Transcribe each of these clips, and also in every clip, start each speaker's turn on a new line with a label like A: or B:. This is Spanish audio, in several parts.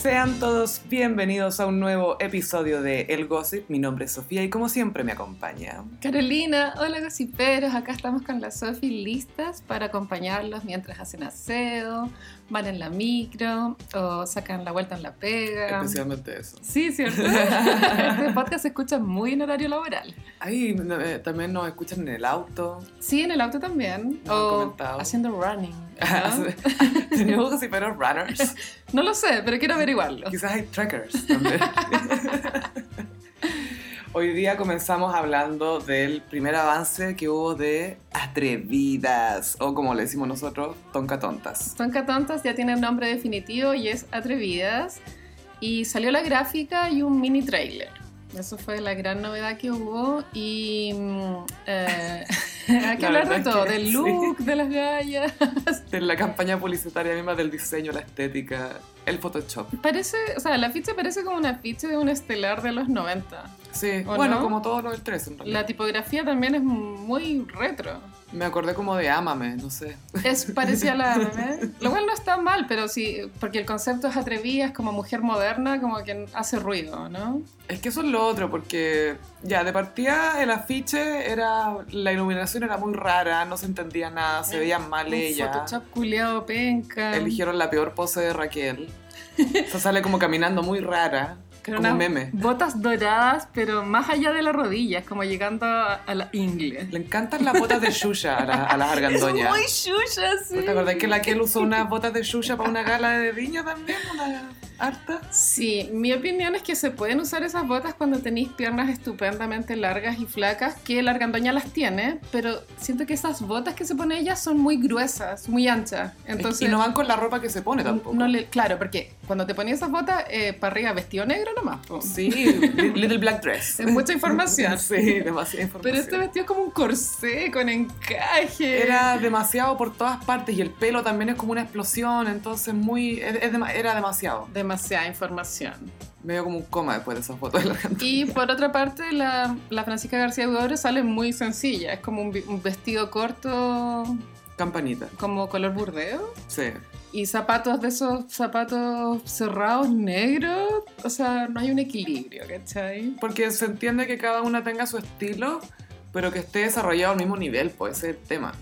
A: Sean todos bienvenidos a un nuevo episodio de El Gossip. Mi nombre es Sofía y como siempre me acompaña.
B: Carolina, hola gossiperos, acá estamos con la Sofi listas para acompañarlos mientras hacen aseo, van en la micro o sacan la vuelta en la pega.
A: Especialmente eso.
B: Sí, ¿cierto? este podcast se escucha muy en horario laboral.
A: Ahí eh, también nos escuchan en el auto.
B: Sí, en el auto también.
A: Nos han
B: o
A: comentado.
B: haciendo running. ¿no?
A: Tenemos gossiperos runners.
B: No lo sé, pero quiero averiguarlo.
A: Quizás hay trackers también. Hoy día comenzamos hablando del primer avance que hubo de Atrevidas, o como le decimos nosotros, Tonca Tontas.
B: Tonka Tontas ya tiene nombre definitivo y es Atrevidas. Y salió la gráfica y un mini trailer. Eso fue la gran novedad que hubo. Y mm, eh, hay que
A: La
B: hablar
A: verdad
B: de
A: es
B: todo,
A: que
B: del
A: sí.
B: look, de las gallas.
A: De la campaña publicitaria misma del diseño, la estética, el Photoshop.
B: Parece, o sea, la ficha parece como una ficha de un estelar de los 90.
A: Sí,
B: ¿O
A: bueno,
B: no?
A: como todo lo del 3 en realidad.
B: La tipografía también es muy retro.
A: Me acordé como de Ámame, no sé.
B: Es parecía la AMB. Lo cual no está mal, pero sí, porque el concepto es atrevida, es como mujer moderna, como que hace ruido, ¿no?
A: Es que eso es lo otro, porque ya de partida el afiche era. La iluminación era muy rara, no se entendía nada, se veía mal
B: Eh, Un
A: ella.
B: Photoshop culiado penca.
A: Eligieron la peor pose de Raquel. Se sale como caminando muy rara,
B: Con
A: como
B: unas
A: un meme.
B: Botas doradas, pero más allá de las rodillas, como llegando a, a la ingle.
A: Le encantan las botas de Yuya a, la- a las argandoñas.
B: Muy shusha, sí.
A: ¿Te acordás que la Raquel usó unas botas de Yuya para una gala de viña también? Una harta.
B: Sí, mi opinión es que se pueden usar esas botas cuando tenéis piernas estupendamente largas y flacas, que la argandoña las tiene, pero siento que esas botas que se pone ella son muy gruesas, muy anchas. Entonces,
A: y no van con la ropa que se pone tampoco.
B: no le- claro, porque cuando te ponías esas botas, eh, para arriba vestido negro nomás. po.
A: Sí, li- Little Black Dress.
B: Es mucha información.
A: Sí, demasiada información.
B: Pero este vestido es como un corsé con encaje.
A: Era demasiado por todas partes y el pelo también es como una explosión, entonces muy es- es dema- era demasiado.
B: demasiada información.
A: Me dio como un coma después de esas fotos de la gente.
B: Y por otra parte, la, la Francisca García Huidobro sale muy sencilla. Es como un, vi- un vestido corto,
A: Campanita,
B: como color burdeo.
A: sí.
B: Y zapatos de esos zapatos cerrados negros. O sea, no hay un equilibrio, ¿cachai?
A: Porque se entiende que cada una tenga su estilo, pero que esté desarrollado al mismo nivel, pues ese es el tema.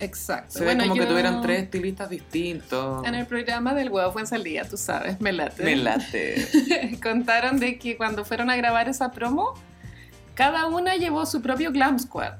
B: Exacto.
A: Se ve como que
B: yo-
A: tuvieran tres estilistas distintos.
B: En el programa del huevo fue en salida, tú sabes, me late.
A: Me late.
B: Contaron de que cuando fueron a grabar esa promo, cada una llevó su propio glam squad.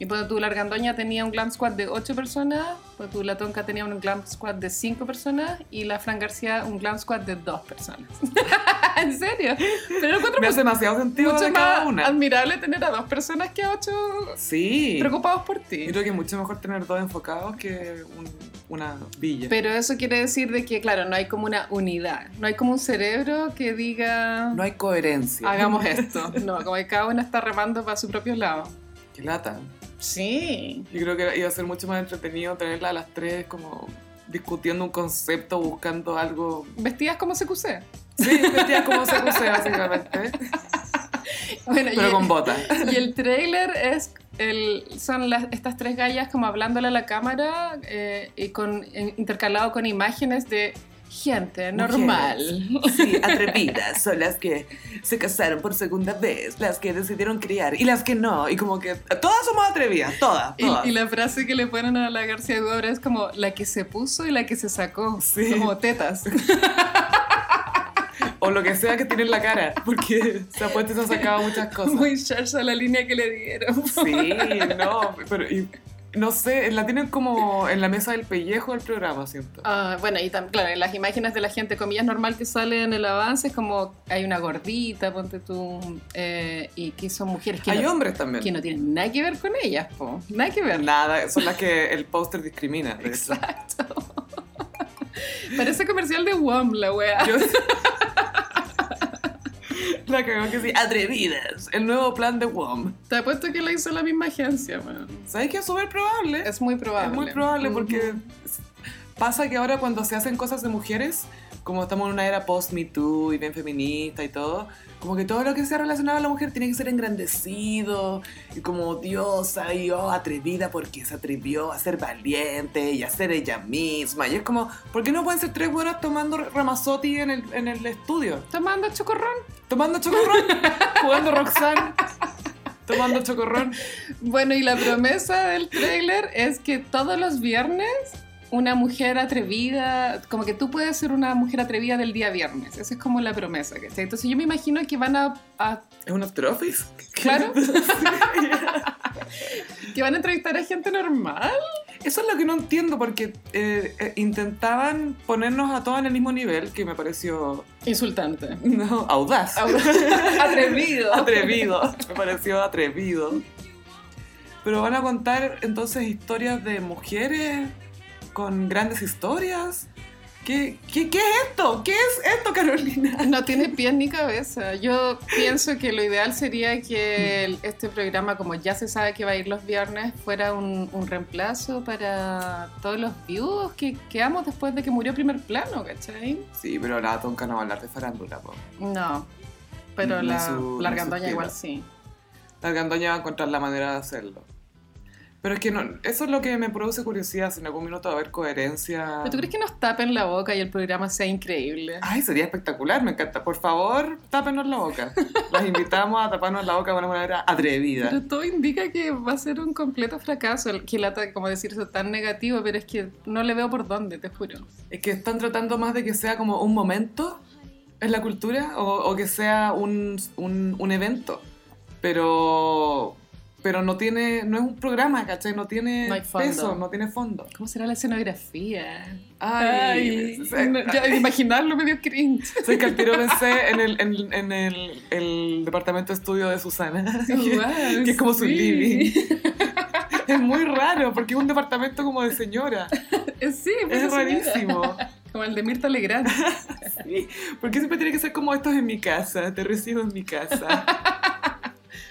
B: Y pues tú, la Argandoña tenía un glam squad de 8 personas, pues tú, la Tonka tenía un glam squad de 5 personas y la Fran García un glam squad de 2 personas. ¿En serio? Pero lo encuentro
A: Me hace demasiado sentido
B: mucho
A: de cada
B: más
A: una.
B: admirable tener a dos personas que a 8
A: Sí. Yo
B: preocupados por ti.
A: creo que es mucho mejor tener dos enfocados que un- una villa.
B: Pero eso quiere decir de que, claro, no hay como una unidad, no hay como un cerebro que diga...
A: No hay coherencia.
B: Hagamos esto. No, como que cada una está remando para su propio lado.
A: Qué lata.
B: Sí.
A: Yo creo que iba a ser mucho más entretenido tenerla a las tres como discutiendo un concepto, buscando algo.
B: Vestidas como CQC.
A: Sí, vestida como se básicamente,
B: Bueno, y,
A: pero con botas.
B: y el trailer es el, son las, estas tres gallas como hablándole a la cámara eh, y con, en- intercalado con imágenes de gente normal.
A: Sí, atrevidas son las que se casaron por segunda vez, las que decidieron criar y las que no. Y como que todas somos atrevidas, todas.
B: Y, y la frase que le ponen a la García Huidobro es como la que se puso y la que se sacó.
A: Sí.
B: Como tetas.
A: O lo que sea que tiene en la cara, porque se ha puesto y se han sacado muchas cosas.
B: Muy charcha la línea que le dieron.
A: Sí, no, pero y- no sé, la tienen como en la mesa del pellejo del programa, siento.
B: Ah, bueno, y también, claro, en las imágenes de la gente, comillas, normal que sale en el avance, es como hay una gordita, ponte tú, eh, y que son mujeres que,
A: Hay
B: no,
A: hombres también.
B: que no tienen nada que ver con ellas, po, nada que ver.
A: Nada, son las que el póster discrimina. de hecho.
B: Exacto. Parece comercial de WOM, la wea.
A: Yo- la cagó que sí. Atrevidas, el nuevo plan de WOM.
B: Te apuesto que la hizo la misma agencia, weón.
A: ¿Sabes qué? Es súper probable.
B: Es muy
A: Es
B: probable.
A: muy probable porque
B: Ujú.
A: es- Pasa que ahora cuando se hacen cosas de mujeres, como estamos en una era post-Me Too y bien feminista y todo, como que todo lo que sea relacionado a la mujer tiene que ser engrandecido y como diosa y oh, atrevida porque se atrevió a ser valiente y a ser ella misma. Y es como, ¿por qué no pueden ser tres buenas tomando ramazotti en el, en el estudio?
B: Tomando chocorrón.
A: Tomando chocorrón, jugando Roxanne, tomando chocorrón.
B: Bueno, y la promesa del tráiler es que todos los viernes una mujer atrevida, como que tú puedes ser una mujer atrevida del día viernes. Esa es como la promesa, ¿cachai? Entonces yo me imagino que van a, a-
A: ¿Es un after office?
B: Claro. que van a entrevistar a gente normal.
A: Eso es lo que no entiendo porque eh, eh, intentaban ponernos a todos en el mismo nivel, que me pareció
B: Insultante.
A: no, audaz.
B: Atrevido.
A: atrevido, me pareció atrevido. Pero van a contar entonces historias de mujeres con grandes historias. ¿Qué, qué, qué es esto? ¿Qué es esto, Carolina?
B: No tiene pies ni cabeza. Yo pienso que lo ideal sería que el- este programa, como ya se sabe que va a ir los viernes, fuera un, un reemplazo para todos los viudos que quedamos después de que murió primer plano, ¿cachai?
A: Sí, pero la Tonka no va a hablar de farándula, po.
B: No, pero
A: No
B: la,
A: su- no
B: la argandoña
A: suspira.
B: igual sí.
A: La Gandoña va a encontrar la manera de hacerlo. Pero es que no, eso es lo que me produce curiosidad, si en algún minuto va a haber coherencia.
B: ¿Pero tú crees que nos tapen la boca y el programa sea increíble?
A: Ay, sería espectacular, me encanta. Por favor, tápenos la boca. Las invitamos a taparnos la boca de una manera atrevida.
B: Pero todo indica que va a ser un completo fracaso. El- Que lata, como decir eso, tan negativo, pero es que no le veo por dónde, te juro.
A: Es que están tratando más de que sea como un momento en la cultura o, o que sea un, un- un evento. Pero, pero no tiene, no es un programa, ¿cachai? No tiene
B: No hay fondo.
A: peso, no tiene fondo.
B: ¿Cómo será la escenografía?
A: Ay, se-
B: no, ya, imaginarlo me dio cringe.
A: sé que al tiro pensé en el, en, en el, el departamento de estudio de Susana. que,
B: Wow,
A: que es como su
B: sí.
A: living. es muy raro porque es un departamento como de señora.
B: Eh, Sí, pues,
A: Es
B: señora.
A: rarísimo.
B: Como el de Mirta Legrand.
A: Sí, Porque siempre tiene que ser como esto es en mi casa, te recibo en mi casa.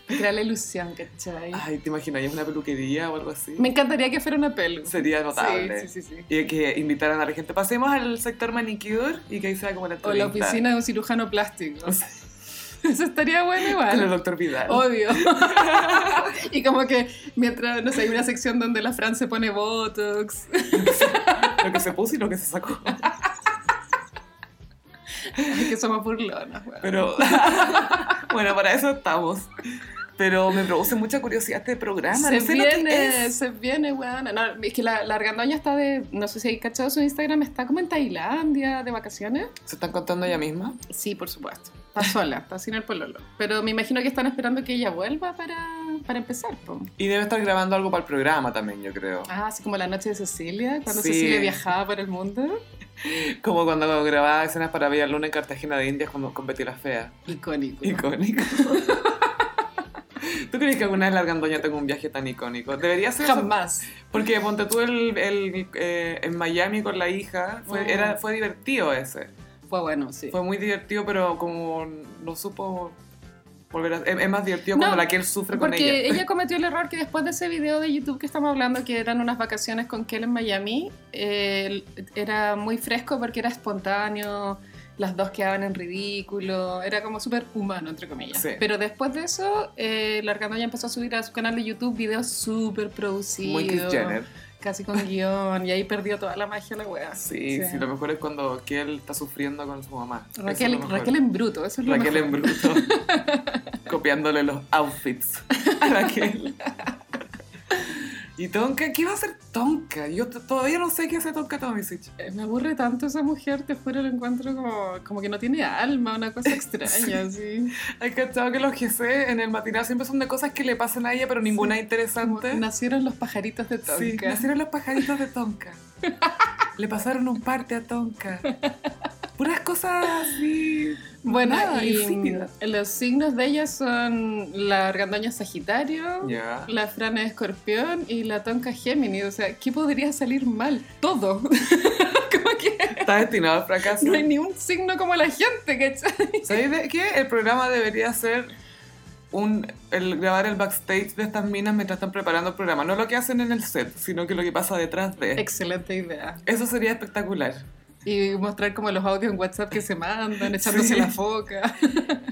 B: Crea la ilusión, ¿cachai?
A: Ay, ¿te imaginarías una peluquería o algo así?
B: Me encantaría que fuera una pelu.
A: Sería notable.
B: Sí, sí, sí. sí.
A: Y que invitaran a la gente. Pasemos al sector manicure y que ahí sea como la
B: O la
A: entrevista
B: oficina de un cirujano plástico. Eso estaría bueno
A: Con el
B: igual.
A: doctor Vidal.
B: Obvio. y como que mientras, no sé, hay una sección donde la Fran se pone Botox.
A: Lo que se puso y lo que se sacó.
B: Ay, que somos burlonas, weón.
A: Pero bueno, para eso estamos. Pero me produce mucha curiosidad este programa.
B: se
A: no sé lo que
B: viene,
A: es.
B: se viene, weón. No, es que la, la argandoña está de, no sé si hay cachado su Instagram, está como en Tailandia de vacaciones.
A: ¿Se están contando ella misma?
B: Sí, por supuesto. Está sola, está sin el pololo. Pero me imagino que están esperando que ella vuelva para, para empezar, po.
A: Y debe estar grabando algo para el programa también, yo creo.
B: Ah, así como la noche de Cecilia, cuando
A: Sí.
B: Cecilia viajaba por el mundo.
A: Como cuando grababa escenas para Villa Luna en Cartagena de Indias cuando competí la fea.
B: Icónico.
A: Icónico. ¿Tú crees que alguna vez la Argandoña tenga un viaje tan icónico? Debería ser.
B: Jamás.
A: Porque ponte tú el, el, eh, en Miami con la hija, fue,
B: Mm.
A: era, fue divertido ese.
B: Fue bueno, sí.
A: Fue muy divertido, pero como no supo volver a. Es, es más divertido
B: No,
A: cuando la que él sufre con
B: Porque
A: ella.
B: ella cometió el error que después de ese video de YouTube que estamos hablando, que eran unas vacaciones con Kel en Miami, eh, era muy fresco porque era espontáneo, las dos quedaban en ridículo, era como súper humano, entre comillas.
A: Sí.
B: Pero después de eso, eh, la Argandoña empezó a subir a su canal de YouTube videos súper producidos,
A: Muy Kris Jenner.
B: casi con guión, y ahí perdió toda la magia la wea.
A: Sí,
B: Sí.
A: sí, lo mejor es cuando Kiel está sufriendo con su mamá. Eso es
B: Raquel,
A: lo mejor.
B: Raquel en bruto, eso es lo
A: Raquel en
B: mejor.
A: bruto. copiándole los outfits a Raquel. Y Tonka, ¿qué va a hacer Tonka? Yo t- todavía no sé qué hace Tonka Tomisic.
B: Eh, Me aburre tanto esa mujer, te juro, lo encuentro como, como que no tiene alma, una cosa extraña, sí.
A: Hay cachado que los GC en el matinal siempre son de cosas que le pasan a ella, pero ninguna
B: Como
A: interesante.
B: nacieron los pajaritos de
A: Sí,
B: Tonka.
A: nacieron los pajaritos de Tonka. le pasaron un parte a Tonka. Puras cosas así.
B: bueno,
A: nada,
B: y
A: insípidas.
B: los signos de ella son la argandoña Sagitario,
A: Ya.
B: la Frana Escorpión y la Tonka Géminis. O sea, ¿qué podría salir mal? Todo. como que
A: Está destinado al fracaso.
B: no hay ni un signo como la gente, ¿cachai?
A: ¿Sabéis de qué? El programa debería ser un, el grabar el backstage de estas minas mientras están preparando el programa. No lo que hacen en el set, sino que lo que pasa detrás de.
B: Excelente idea.
A: Eso sería espectacular.
B: Y mostrar como los audios en WhatsApp que se mandan, echándose
A: Sí.
B: la foca.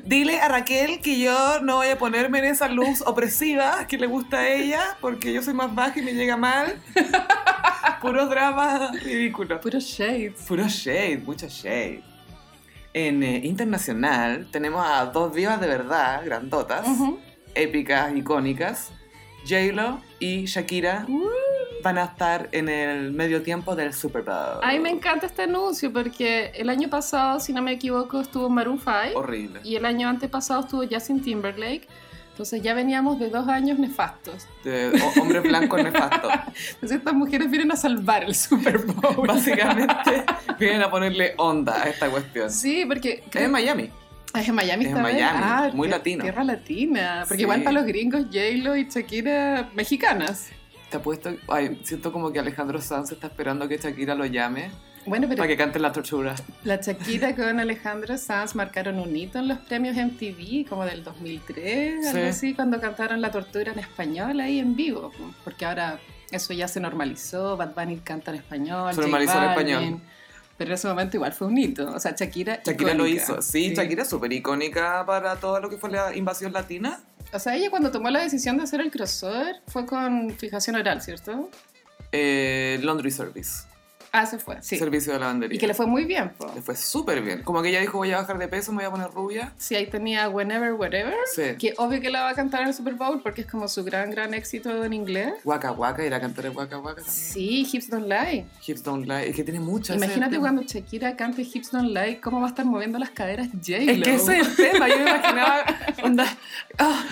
A: Dile a Raquel que yo no voy a ponerme en esa luz opresiva que le gusta a ella, porque yo soy más baja y me llega mal. Puro drama ridículo.
B: Puro shades.
A: Puro shade, mucho shade. En eh, internacional tenemos a dos divas de verdad, grandotas,
B: Ujú.
A: épicas, icónicas. J-Lo y Shakira
B: Uh.
A: van a estar en el medio tiempo del Super Bowl.
B: Ay, me encanta este anuncio porque el año pasado, si no me equivoco, estuvo Maroon 5
A: Horrible.
B: y el año antepasado estuvo Justin Timberlake. Entonces ya veníamos de dos años nefastos.
A: De ho- hombres blancos nefastos.
B: Entonces estas mujeres vienen a salvar el Super Bowl.
A: Básicamente vienen a ponerle onda a esta cuestión.
B: Sí, porque
A: Es en Miami.
B: Ah, Es en Miami
A: Es en
B: esta vez.
A: Miami,
B: Ah,
A: muy
B: tie-
A: latino.
B: Tierra latina. Porque
A: Sí.
B: igual para los gringos, J-Lo y Shakira mexicanas.
A: Te apuesto, ay, siento como que Alejandro Sanz está esperando que Shakira lo llame
B: Bueno, pero
A: para que cante la tortura.
B: la Shakira con Alejandro Sanz marcaron un hito en los premios MTV, como del 2003,
A: Sí.
B: algo así, cuando cantaron La Tortura en español ahí en vivo. Porque ahora eso ya se normalizó, Bad Bunny canta en español.
A: Se
B: J
A: normalizó el
B: Balvin.
A: español.
B: Pero en ese momento igual fue un hito. O sea, Shakira.
A: Shakira lo
B: icónica.
A: hizo. Sí, Shakira es súper icónica para todo lo que fue la invasión latina.
B: O sea, ella cuando tomó la decisión de hacer el crossover fue con fijación oral, ¿cierto?
A: Eh, laundry Service,
B: Ah, se fue, sí.
A: servicio de lavandería.
B: Y que le fue muy bien, po.
A: Le fue súper bien. Como que ella dijo, voy a bajar de peso, me voy a poner rubia.
B: Sí, ahí tenía Whenever, Whatever,
A: Sí.
B: que obvio que la va a cantar en el Super Bowl porque es como su gran, gran éxito en inglés.
A: Waka Waka, y la cantora Waka Waka también.
B: Sí, Hips Don't Lie.
A: Hips Don't Lie, es que tiene muchas. ese es el
B: Imagínate
A: tema.
B: cuando Shakira cante Hips Don't Lie, cómo va a estar moviendo las caderas J-Lo.
A: Es que ese es el tema, yo me imaginaba, onda, ah,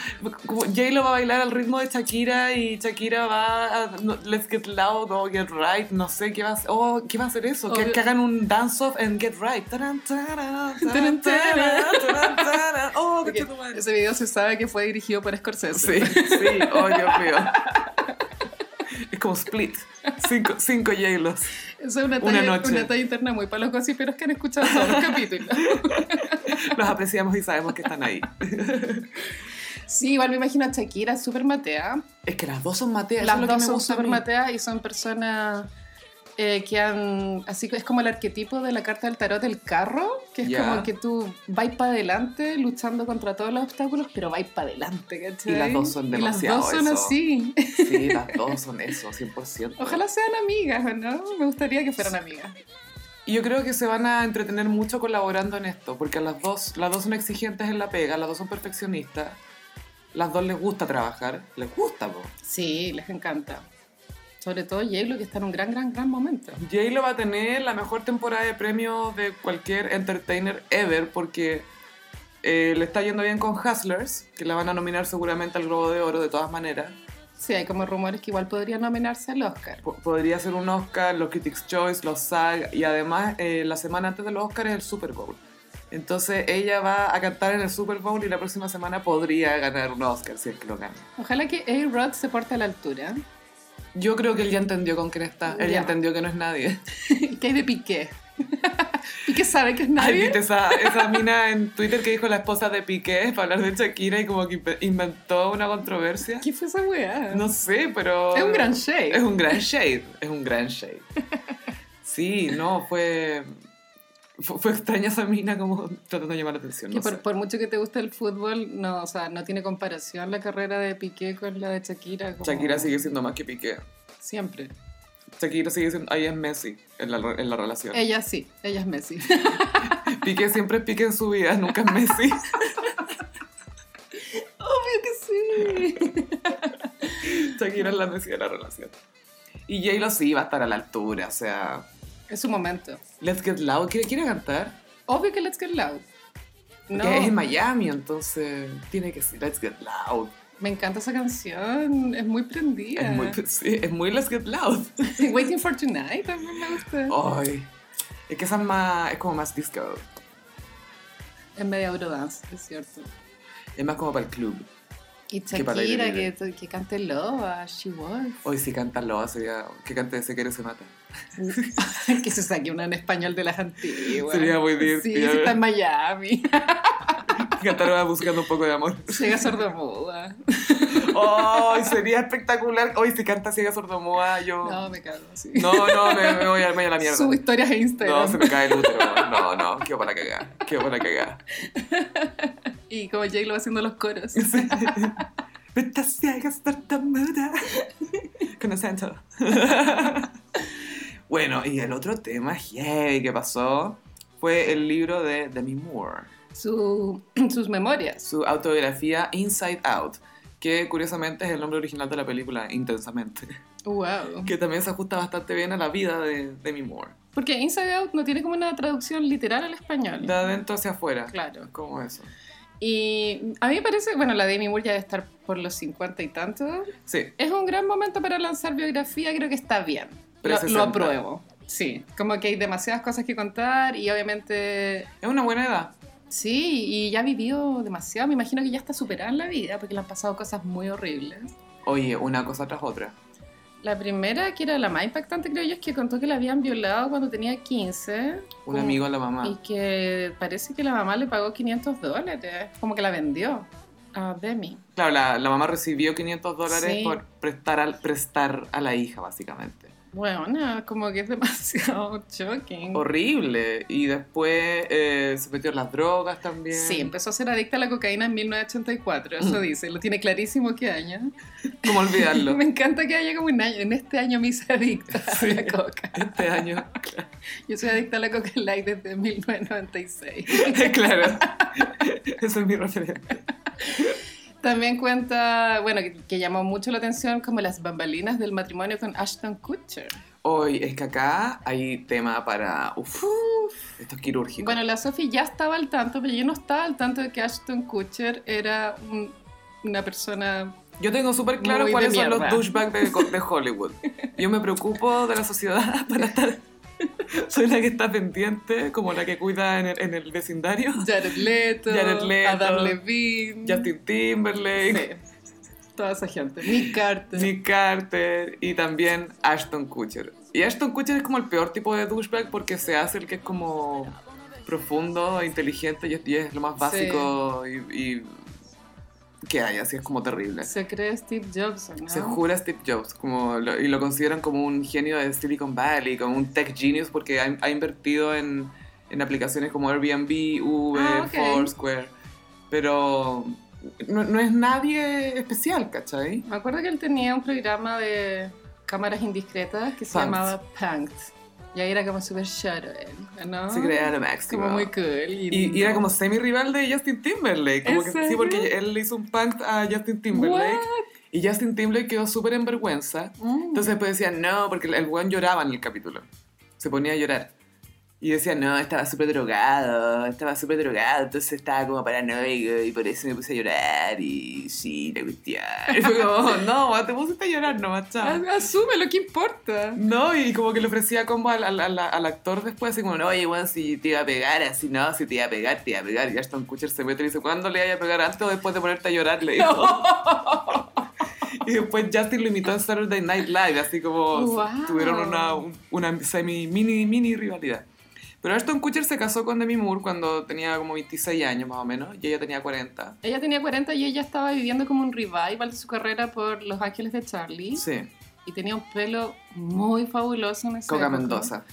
A: como J-Lo va a bailar al ritmo de Shakira y Shakira va a no, Let's Get Loud o Get Right, no sé qué va a hacer, oh, ¿qué va a hacer eso? Que,
B: Obvio.
A: que hagan un dance-off en Get Right. Taran, taran, taran,
B: Taran,
A: taran, taran, taran. Oh, qué tu madre.
B: Ese video se sabe que fue dirigido por Scorsese.
A: Sí, sí, oh Dios mío. Es como Split, cinco, cinco J-Los.
B: Esa es una
A: Una
B: talla,
A: noche.
B: una talla interna muy para los gossiperos que han escuchado todos los capítulos.
A: Los apreciamos y sabemos que están ahí.
B: Sí, igual me imagino a Shakira súper matea,
A: Es que las dos son mateas,
B: Las
A: eso es lo
B: dos
A: que me
B: son
A: gusta a
B: súper
A: mí.
B: mateas y son personas eh, que han... Así que es como el arquetipo de la carta del tarot del carro, que es
A: Ya.
B: como que tú vais para adelante luchando contra todos los obstáculos, pero vais para adelante, ¿cachai?
A: Y las dos son
B: Y
A: demasiado
B: las dos son
A: eso.
B: así.
A: Sí, las dos son eso, 100%.
B: Ojalá sean amigas, ¿o ¿no? Me gustaría que fueran amigas.
A: Y yo creo que se van a entretener mucho colaborando en esto, porque las dos, las dos son exigentes en la pega, las dos son perfeccionistas, las dos les gusta trabajar, les gusta, po.
B: Sí, les encanta. Sobre todo J-Lo, que está en un gran, gran, gran momento.
A: Jay lo va a tener la mejor temporada de premios de cualquier entertainer ever, porque eh, le está yendo bien con Hustlers, que la van a nominar seguramente al Globo de Oro de todas maneras.
B: Sí, hay como rumores que igual podría nominarse al Oscar.
A: Po- podría ser un Oscar, los Critics' Choice, los SAG, y además eh, la semana antes de los Oscars es el Super Bowl. Entonces ella va a cantar en el Super Bowl y la próxima semana podría ganar un Oscar si es que lo gana.
B: Ojalá que A-Rod se porte a la altura.
A: Yo creo que él ya entendió con quién está, él ya
B: Ya.
A: entendió que no es nadie.
B: ¿Qué hay de Piqué? Piqué sabe que es
A: Ay,
B: nadie.
A: viste esa, esa mina en Twitter que dijo la esposa de Piqué para hablar de Shakira y como que inve- inventó una controversia.
B: ¿Qué fue esa weá?
A: No sé, pero...
B: es un gran shade.
A: Es un gran shade, es un gran shade. Sí, no, fue, fue, fue extraña esa mina como tratando de llamar la atención.
B: que
A: No
B: por,
A: sé.
B: por mucho que te guste el fútbol, no, o sea, no tiene comparación la carrera de Piqué con la de Shakira. como-
A: Shakira sigue siendo más que Piqué.
B: Siempre.
A: Shakira sigue siendo... Ahí es Messi en la, en la relación.
B: Ella sí, ella es Messi.
A: Piqué siempre es Piqué en su vida, nunca es Messi.
B: Obvio que sí.
A: Shakira es la Messi de la relación. Y J-Lo sí va a estar a la altura, o sea...
B: Es su momento.
A: Let's Get Loud, ¿quiere, quiere cantar?
B: Obvio que Let's Get Loud. No,
A: Porque es en Miami, entonces tiene que ser Let's Get Loud.
B: me encanta esa canción, es muy prendida.
A: Es, muy, sí, es muy Let's Get Loud.
B: Waiting for Tonight también me gusta.
A: Oh. Ay, es que esa es, más, es como más disco,
B: Es media Eurodance, es cierto.
A: es más como para el club.
B: Y
A: Que para aire
B: Shakira que,
A: libre.
B: que cante Loba, She Was.
A: Hoy si canta Loa sería, que cante Se Quiere Se Mata.
B: que se saque una en español de las antiguas.
A: Sería muy
B: Sí,
A: divertido.
B: si está en Miami.
A: Catarona buscando un poco de amor.
B: Ciega sordomuda.
A: ¡Ay, sería espectacular! Hoy si canta Ciega Sordomoa, yo...
B: No, me cago, sí.
A: No, no, me, me voy a, me voy a la mierda.
B: Subo historias a Instagram.
A: No, se me cae el útero. No, no, quedo para cagar. Quedo para cagar.
B: Y como Jay lo va haciendo los coros.
A: Vete ciegas, tartamuda. Con acento. Bueno, y el otro tema heavy que pasó fue el libro de Demi Moore,
B: Su- sus memorias.
A: su autobiografía Inside Out, que curiosamente es el nombre original de la película, Intensamente,
B: Wow.
A: que también se ajusta bastante bien a la vida de Demi Moore,
B: Porque Inside Out no tiene como una traducción literal al español.
A: de adentro hacia afuera.
B: Claro.
A: ¿Cómo eso?
B: Y a mí me parece, bueno, la Demi Moore ya debe estar por los 50 y tantos.
A: Sí,
B: Es un gran momento para lanzar biografía, creo que está bien. Lo, lo
A: 360.
B: apruebo. Sí, como que hay demasiadas cosas que contar y obviamente
A: es una buena edad.
B: sí, y ya vivió demasiado. Me imagino que ya está superada en la vida porque le han pasado cosas muy horribles.
A: Oye, una cosa tras otra.
B: La primera, que era la más impactante, creo yo, es que contó que la habían violado cuando tenía 15
A: Un
B: Mm.
A: amigo de la
B: y
A: mamá.
B: que parece que la mamá le pagó 500 dólares, como que la vendió a Demi.
A: Claro, la, la mamá recibió 500 dólares
B: Sí.
A: por prestar, al, prestar a la hija, básicamente.
B: Bueno, nada, como que es demasiado shocking.
A: Horrible. Y después eh, se metió en las drogas también.
B: Sí, empezó a ser adicta a la cocaína en 1984, eso
A: Mm.
B: dice, lo tiene clarísimo qué año.
A: ¿Cómo olvidarlo?
B: Me encanta que haya como un año, en este año me hice adicta
A: Sí.
B: a la coca.
A: Este año.
B: Yo soy adicta a la coca light desde 1996.
A: claro. Eso es mi referente.
B: También cuenta, bueno, que, que llamó mucho la atención como las bambalinas del matrimonio con Ashton Kutcher.
A: Hoy es que acá hay tema para. Uf, esto es quirúrgico.
B: Bueno, la Sophie ya estaba al tanto, pero yo no estaba al tanto de que Ashton Kutcher era un- una persona...
A: Yo tengo súper claro
B: Muy de
A: cuáles son los
B: mierda.
A: douchebags de, de Hollywood. Yo me preocupo de la sociedad para estar. Soy la que está pendiente, como la que cuida en el, en el vecindario.
B: Jared Leto,
A: Ah, Jared Leto,
B: Adam Levine,
A: Justin Timberlake,
B: Sí, toda esa gente. Nick Carter.
A: Nick Carter y también Ashton Kutcher. Y Ashton Kutcher es como el peor tipo de douchebag porque se hace el que es como profundo, e inteligente y es, y es lo más básico y, y que hay, así es como terrible.
B: Se cree Steve Jobs, ¿o ¿no?
A: Se jura Steve Jobs como lo- y lo consideran como un genio de Silicon Valley, como un tech genius porque ha, ha invertido en, en aplicaciones como Airbnb, Uber,
B: Ah, ok.
A: Foursquare, pero no, no es nadie especial, ¿cachai?
B: Me acuerdo que él tenía un programa de cámaras indiscretas que se
A: Punk'd.
B: llamaba Punked. Y ahí era como super shadow él, ¿no?
A: Se creía lo
B: Como
A: máximo.
B: muy cool.
A: y, y era como semi-rival de Justin Timberlake. Como
B: ¿En
A: que, sí,
B: serio?
A: porque él le hizo un punk a Justin Timberlake. Y Justin Timberlake quedó súper en vergüenza.
B: Entonces,
A: Entonces después decían, no, porque el- el weón lloraba en el capítulo. Se ponía a llorar. Y decía, no, estaba súper drogado, estaba súper drogado, entonces estaba como paranoico y por eso me puse a llorar y sí, la cuestión. Y fue como, no, te pusiste a llorar nomás, chao.
B: asume lo que importa.
A: No, y como que le ofrecía combo al, al- al- al actor después, así como, no, oye, weón, si te iba a pegar, así no, si te iba a pegar, te iba a pegar. Y Ashton Kutcher se mete y le dice, ¿cuándo le iba a pegar? ¿Antes o después de ponerte a llorar? Le dijo. y después Justin lo imitó en Saturday Night Live, así como
B: Wow.
A: tuvieron una, un- una semi, mini, mini rivalidad. Pero Ashton Kutcher se casó con Demi Moore cuando tenía como 26 años más o menos, y ella tenía 40.
B: Ella tenía 40 y ella estaba viviendo como un revival de su carrera por Los Ángeles de Charlie.
A: Sí,
B: Y tenía un pelo muy fabuloso en esa
A: Coca
B: época.
A: Mendoza.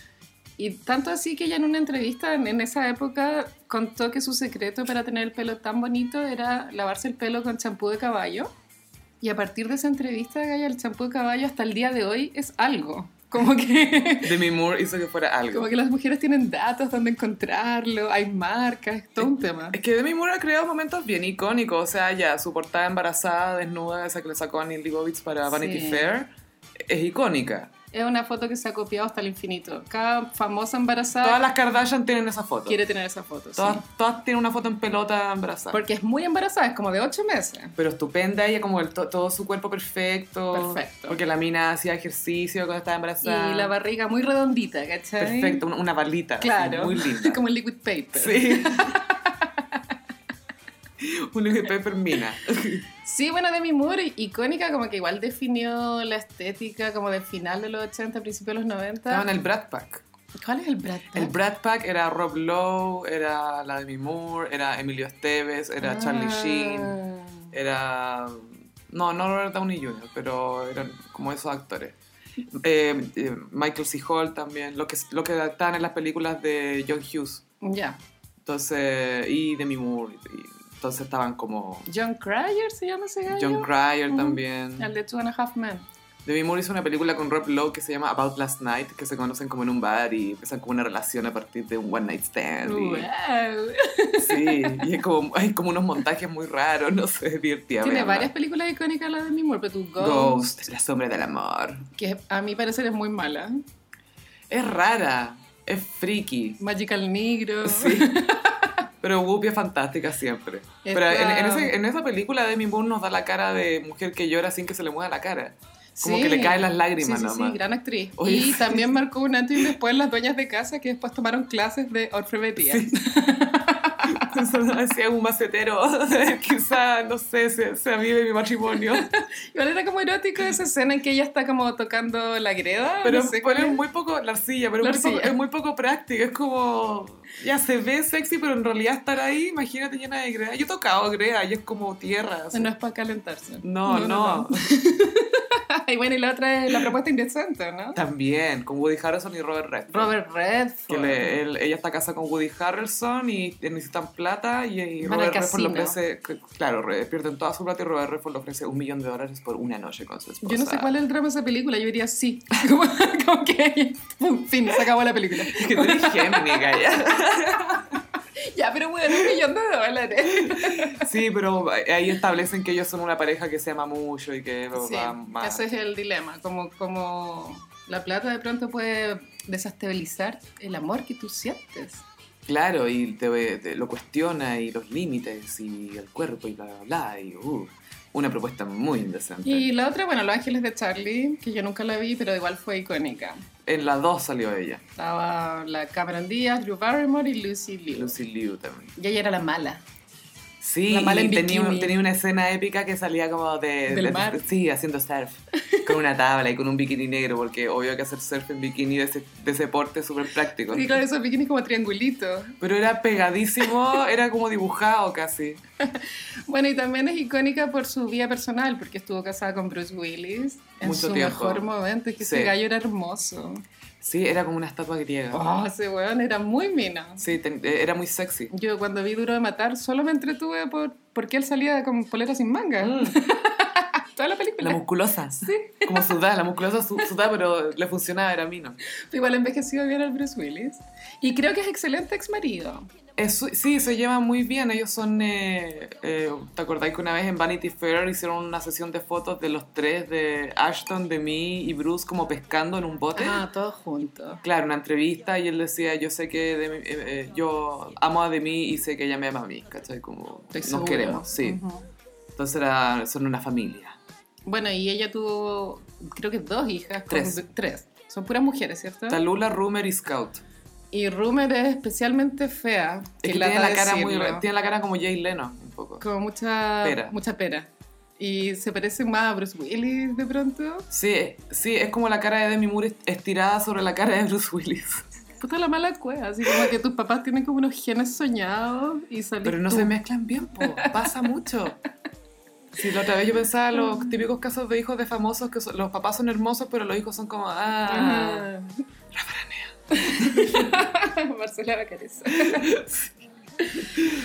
B: Y tanto así que ella en una entrevista en, en esa época contó que su secreto para tener el pelo tan bonito era lavarse el pelo con champú de caballo. Y a partir de esa entrevista, Gaya, el champú de caballo hasta el día de hoy es algo. Como que,
A: Demi Moore hizo que fuera algo.
B: como que las mujeres tienen datos donde encontrarlo, hay marcas, es todo un tema.
A: Es que Demi Moore ha creado momentos bien icónicos, o sea, ya su portada embarazada, desnuda, esa que le sacó a Neil Leibovitz para Vanity
B: Sí.
A: Fair, es icónica.
B: Es una foto que se ha copiado hasta el infinito. Cada famosa embarazada
A: Todas las Kardashian tienen esa foto.
B: Ah. quiere tener esa foto. sí.
A: Todas, todas tienen una foto en pelota embarazada.
B: Porque es muy embarazada, es como de 8 meses.
A: Pero estupenda ella, como el to- todo su cuerpo perfecto.
B: Perfecto.
A: Porque la mina hacía ejercicio cuando estaba embarazada.
B: Y la barriga muy redondita, ¿cachai?
A: Perfecto, una, una balita. así,
B: Claro.
A: muy linda.
B: Como el liquid paper.
A: Sí. Un liquid paper mina.
B: Ah. Sí, bueno, Demi Moore, icónica, como que igual definió la estética como del final de los 80, principios de los
A: Estaba en
B: 90.
A: el Brad Pack.
B: ¿Cuál es el Brad Pitt?
A: El Brad Pack era Rob Lowe, era la Demi Moore, era Emilio Esteves, era Charlie
B: Ah.
A: Sheen, era... No, no Robert Downey Jr., pero eran como esos actores. Eh, eh, Michael C. Hall también, lo que, lo que estaban en las películas de John Hughes.
B: Ya.
A: Entonces, y Demi Moore. y- entonces estaban como
B: John Cryer se llama ese gallo.
A: John Cryer
B: Ujú.
A: también.
B: El de Two and a Half Men.
A: Demi Moore hizo una película con Rob Lowe que se llama About Last Night, que se conocen como en un bar y empiezan como una relación a partir de un one night stand. y-
B: Wow.
A: Sí, y es como, hay como unos montajes muy raros, no sé, es divertida.
B: Tiene
A: verla.
B: varias películas icónicas la de mi pero tu Ghost,
A: Ghost, La sombra del amor.
B: que a mi parecer es muy mala.
A: Es rara, es friki.
B: Magical Negro.
A: Sí. Pero Whoopi es fantástica siempre. Pero en,
B: Esta-
A: en ese- en esa película Demi Moore nos da la cara de mujer que llora sin que se le mueva la cara. Como
B: Sí.
A: que le caen las
B: Sí,
A: lágrimas
B: sí, sí,
A: nomás.
B: gran actriz.
A: Oye,
B: y
A: sí.
B: también marcó un antes y un después en las dueñas de casa que después tomaron clases de orfebrería.
A: Sí. Entonces, si es un macetero, quizá, no sé, se, se avive mi matrimonio.
B: Igual era como erótico esa escena en que ella está como tocando la greda.
A: Pero
B: no sé cuál
A: ponen
B: es.
A: muy poco la arcilla, pero
B: La
A: muy poco-
B: arcilla.
A: es muy poco práctica. Es como, ya se ve sexy, pero en realidad estar ahí, imagínate llena de greda. Yo he tocado greda y es como tierra. así.
B: No es para calentarse.
A: No, no.
B: y bueno, y la otra es la propuesta indecente, ¿no?
A: También, con Woody Harrelson y Robert Redford.
B: Robert
A: Que
B: Redford.
A: le- él- ella está casada con Woody Harrelson y necesitan plata y, y
B: Van al
A: Robert Redford le
B: casino.
A: ofrece, que- claro, re- pierden toda su plata y Robert Redford le ofrece un millón de dólares por una noche con su esposa.
B: Yo no sé cuál es el drama de esa película, yo diría sí. Como, como que. En fin, se acabó la película.
A: es. Que tú eres Gemini, Gaia.
B: Ya, pero bueno, un millón de dólares.
A: Sí, pero ahí establecen que ellos son una pareja que se ama mucho y que
B: Sí,
A: va más.
B: ese es el dilema. Como, como la plata de pronto puede desestabilizar el amor que tú sientes.
A: Claro, y te, te- lo cuestiona y los límites y el cuerpo y bla, bla, bla. Y, uh, una propuesta muy indecente.
B: Y la otra, bueno, Los Ángeles de Charlie, que yo nunca la vi, pero igual fue icónica.
A: En las dos salió ella,
B: Estaba la Cameron Díaz, Drew Barrymore y Lucy
A: y
B: Liu.
A: Lucy Liu también.
B: Y ella era la mala.
A: Sí,
B: La mala
A: y
B: en
A: tenía,
B: bikini.
A: tenía una escena épica que salía como de...
B: Del
A: de-
B: mar.
A: Sí, haciendo surf, con una tabla y con un bikini negro, porque obvio que hacer surf en bikini de ese, de ese porte es súper práctico.
B: Y claro, esos bikinis como triangulitos.
A: Pero era pegadísimo, era como dibujado casi.
B: Bueno, y también es icónica por su vida personal, porque estuvo casada con Bruce Willis en
A: Mucho
B: su
A: tiempo.
B: mejor momento, es que ese
A: Sí.
B: gallo era hermoso.
A: Sí, era como una estatua griega.
B: Oh, ese weón era muy mina.
A: Sí, ten- eh, era muy sexy.
B: Yo cuando vi Duro de Matar solo me entretuve por porque él salía con polera sin manga. Toda la película.
A: Ah. La musculosa.
B: Mm. Sí.
A: Como sudá, la musculosa su- sudá, pero le funcionaba, era a mí, no.
B: Igual envejeció bien el Bruce Willis. Y creo que es excelente ex marido.
A: Es Eh, su- sí, se llevan muy bien. Ellos son. eh, eh, ¿Te acordáis que una vez en Vanity Fair hicieron una sesión de fotos de los tres, de Ashton, de mí y Bruce, como pescando en un bote?
B: Ah, todos juntos.
A: Claro, una entrevista y él decía: Yo sé que Demi- eh, eh, yo amo a Demi y sé que ella me ama a mí, ¿cachai? Como
B: Estoy
A: nos
B: segura.
A: queremos, sí.
B: Ujú.
A: Entonces era, son una familia.
B: Bueno, y ella tuvo, creo que dos hijas. con
A: Tres.
B: Bru- tres. Son puras mujeres, ¿cierto?
A: Talula, Rumer y Scout.
B: Y Rumer es especialmente fea.
A: Es
B: que
A: que
B: lata
A: tiene la, cara muy,
B: decirlo.
A: tiene la cara como Jay Leno, un poco.
B: Como mucha
A: Pera.
B: mucha pera. Y se parece más a Bruce Willis de pronto.
A: Sí, sí, es como la cara de Demi Moore est- estirada sobre la cara de Bruce Willis.
B: Puta la mala cueva, así como que tus papás tienen como unos genes soñados y salen
A: Pero no se mezclan bien, po. pasa mucho. Sí, la otra vez yo pensaba los
B: Mm.
A: típicos casos de hijos de famosos que son- los papás son hermosos, pero los hijos son como, ah,
B: Marcela Bacareza.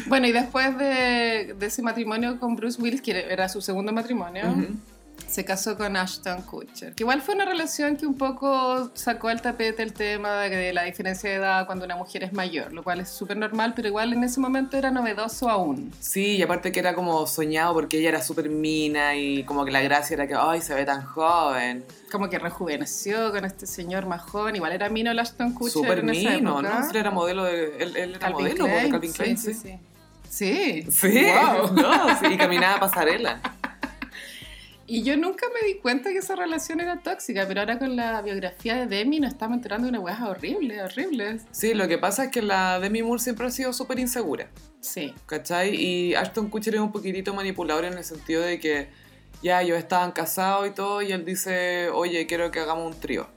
B: Bueno, y después de, de ese matrimonio con Bruce Willis, que era su segundo matrimonio,
A: Ujú.
B: se casó con Ashton Kutcher. Que igual fue una relación que un poco sacó al tapete el tema de, de la diferencia de edad cuando una mujer es mayor, lo cual es súper normal, pero igual en ese momento era novedoso aún.
A: Sí, y aparte que era como soñado porque ella era súper mina y como que la gracia era que, ay, se ve tan joven.
B: Como que rejuveneció con este señor más joven, igual era mino el Ashton Kutcher
A: Súper
B: en esa
A: mino,
B: época.
A: ¿no? Él era modelo de, él, él era
B: Calvin
A: modelo po,
B: Klein,
A: de Calvin Klein, sí.
B: sí, sí. Sí.
A: Sí,
B: Wow.
A: no, sí, y caminaba pasarela.
B: Y yo nunca me di cuenta que esa relación era tóxica, pero ahora con la biografía de Demi nos estamos enterando de una hueá horrible, horrible.
A: Sí, lo que pasa es que la Demi Moore siempre ha sido súper insegura,
B: Sí.
A: ¿cachai? Y Ashton Kutcher es un poquitito manipulador en el sentido de que ya ellos estaban casados y todo, y él dice, oye, quiero que hagamos un trío.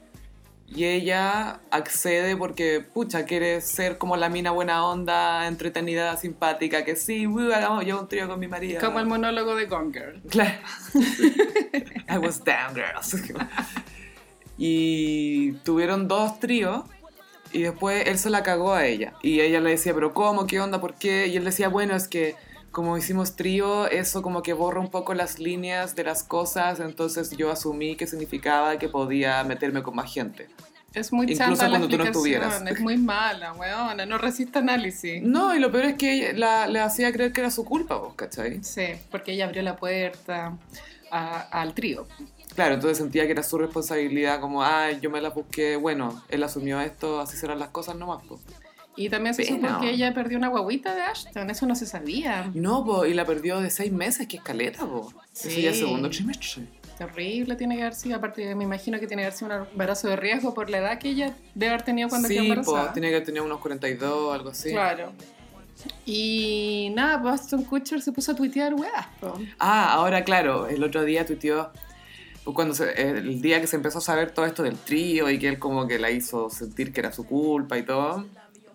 A: Y ella accede porque, pucha, quiere ser como la mina buena onda, entretenida, simpática, que sí, uy, hagamos yo un trío con mi marido.
B: Como el monólogo de Gone Girl.
A: Claro. I was down, girls. y tuvieron dos tríos. Y después él se la cagó a ella. Y ella le decía, pero ¿cómo? ¿Qué onda? ¿Por qué? Y él decía, bueno, es que como hicimos trío, eso como que borra un poco las líneas de las cosas. Entonces yo asumí que significaba que podía meterme con más gente.
B: Es muy
A: Incluso
B: chata la
A: cuando tú no
B: explicación,
A: estuvieras.
B: es muy mala, weona, no resiste análisis.
A: No, y lo peor es que ella- la, le hacía creer que era su culpa, vos, ¿cachai?
B: Sí, porque ella abrió la puerta a- al trío.
A: Claro, entonces sentía que era su responsabilidad, como, ah, yo me la busqué, bueno, él asumió esto, así serán las cosas nomás, po.
B: Y también se
A: Pena.
B: supo que ella perdió una guaguita de Ashton, eso no se sabía.
A: No, po, y la perdió de seis meses, que escaleta, po. Eso
B: Sí.
A: ya es segundo trimestre.
B: Terrible tiene que haber sido, aparte me imagino que tiene que haber sido un embarazo de riesgo por la edad que ella debe haber tenido cuando quedó
A: Sí, po,
B: embarazada.
A: tenía que tener unos 42, algo así.
B: Claro. Y nada, pues Ashton Kutcher se puso a tuitear weas. po.
A: Ah, ahora claro, el otro día tuiteó, pues cuando se- el día que se empezó a saber todo esto del trío y que él como que la hizo sentir que era su culpa y todo,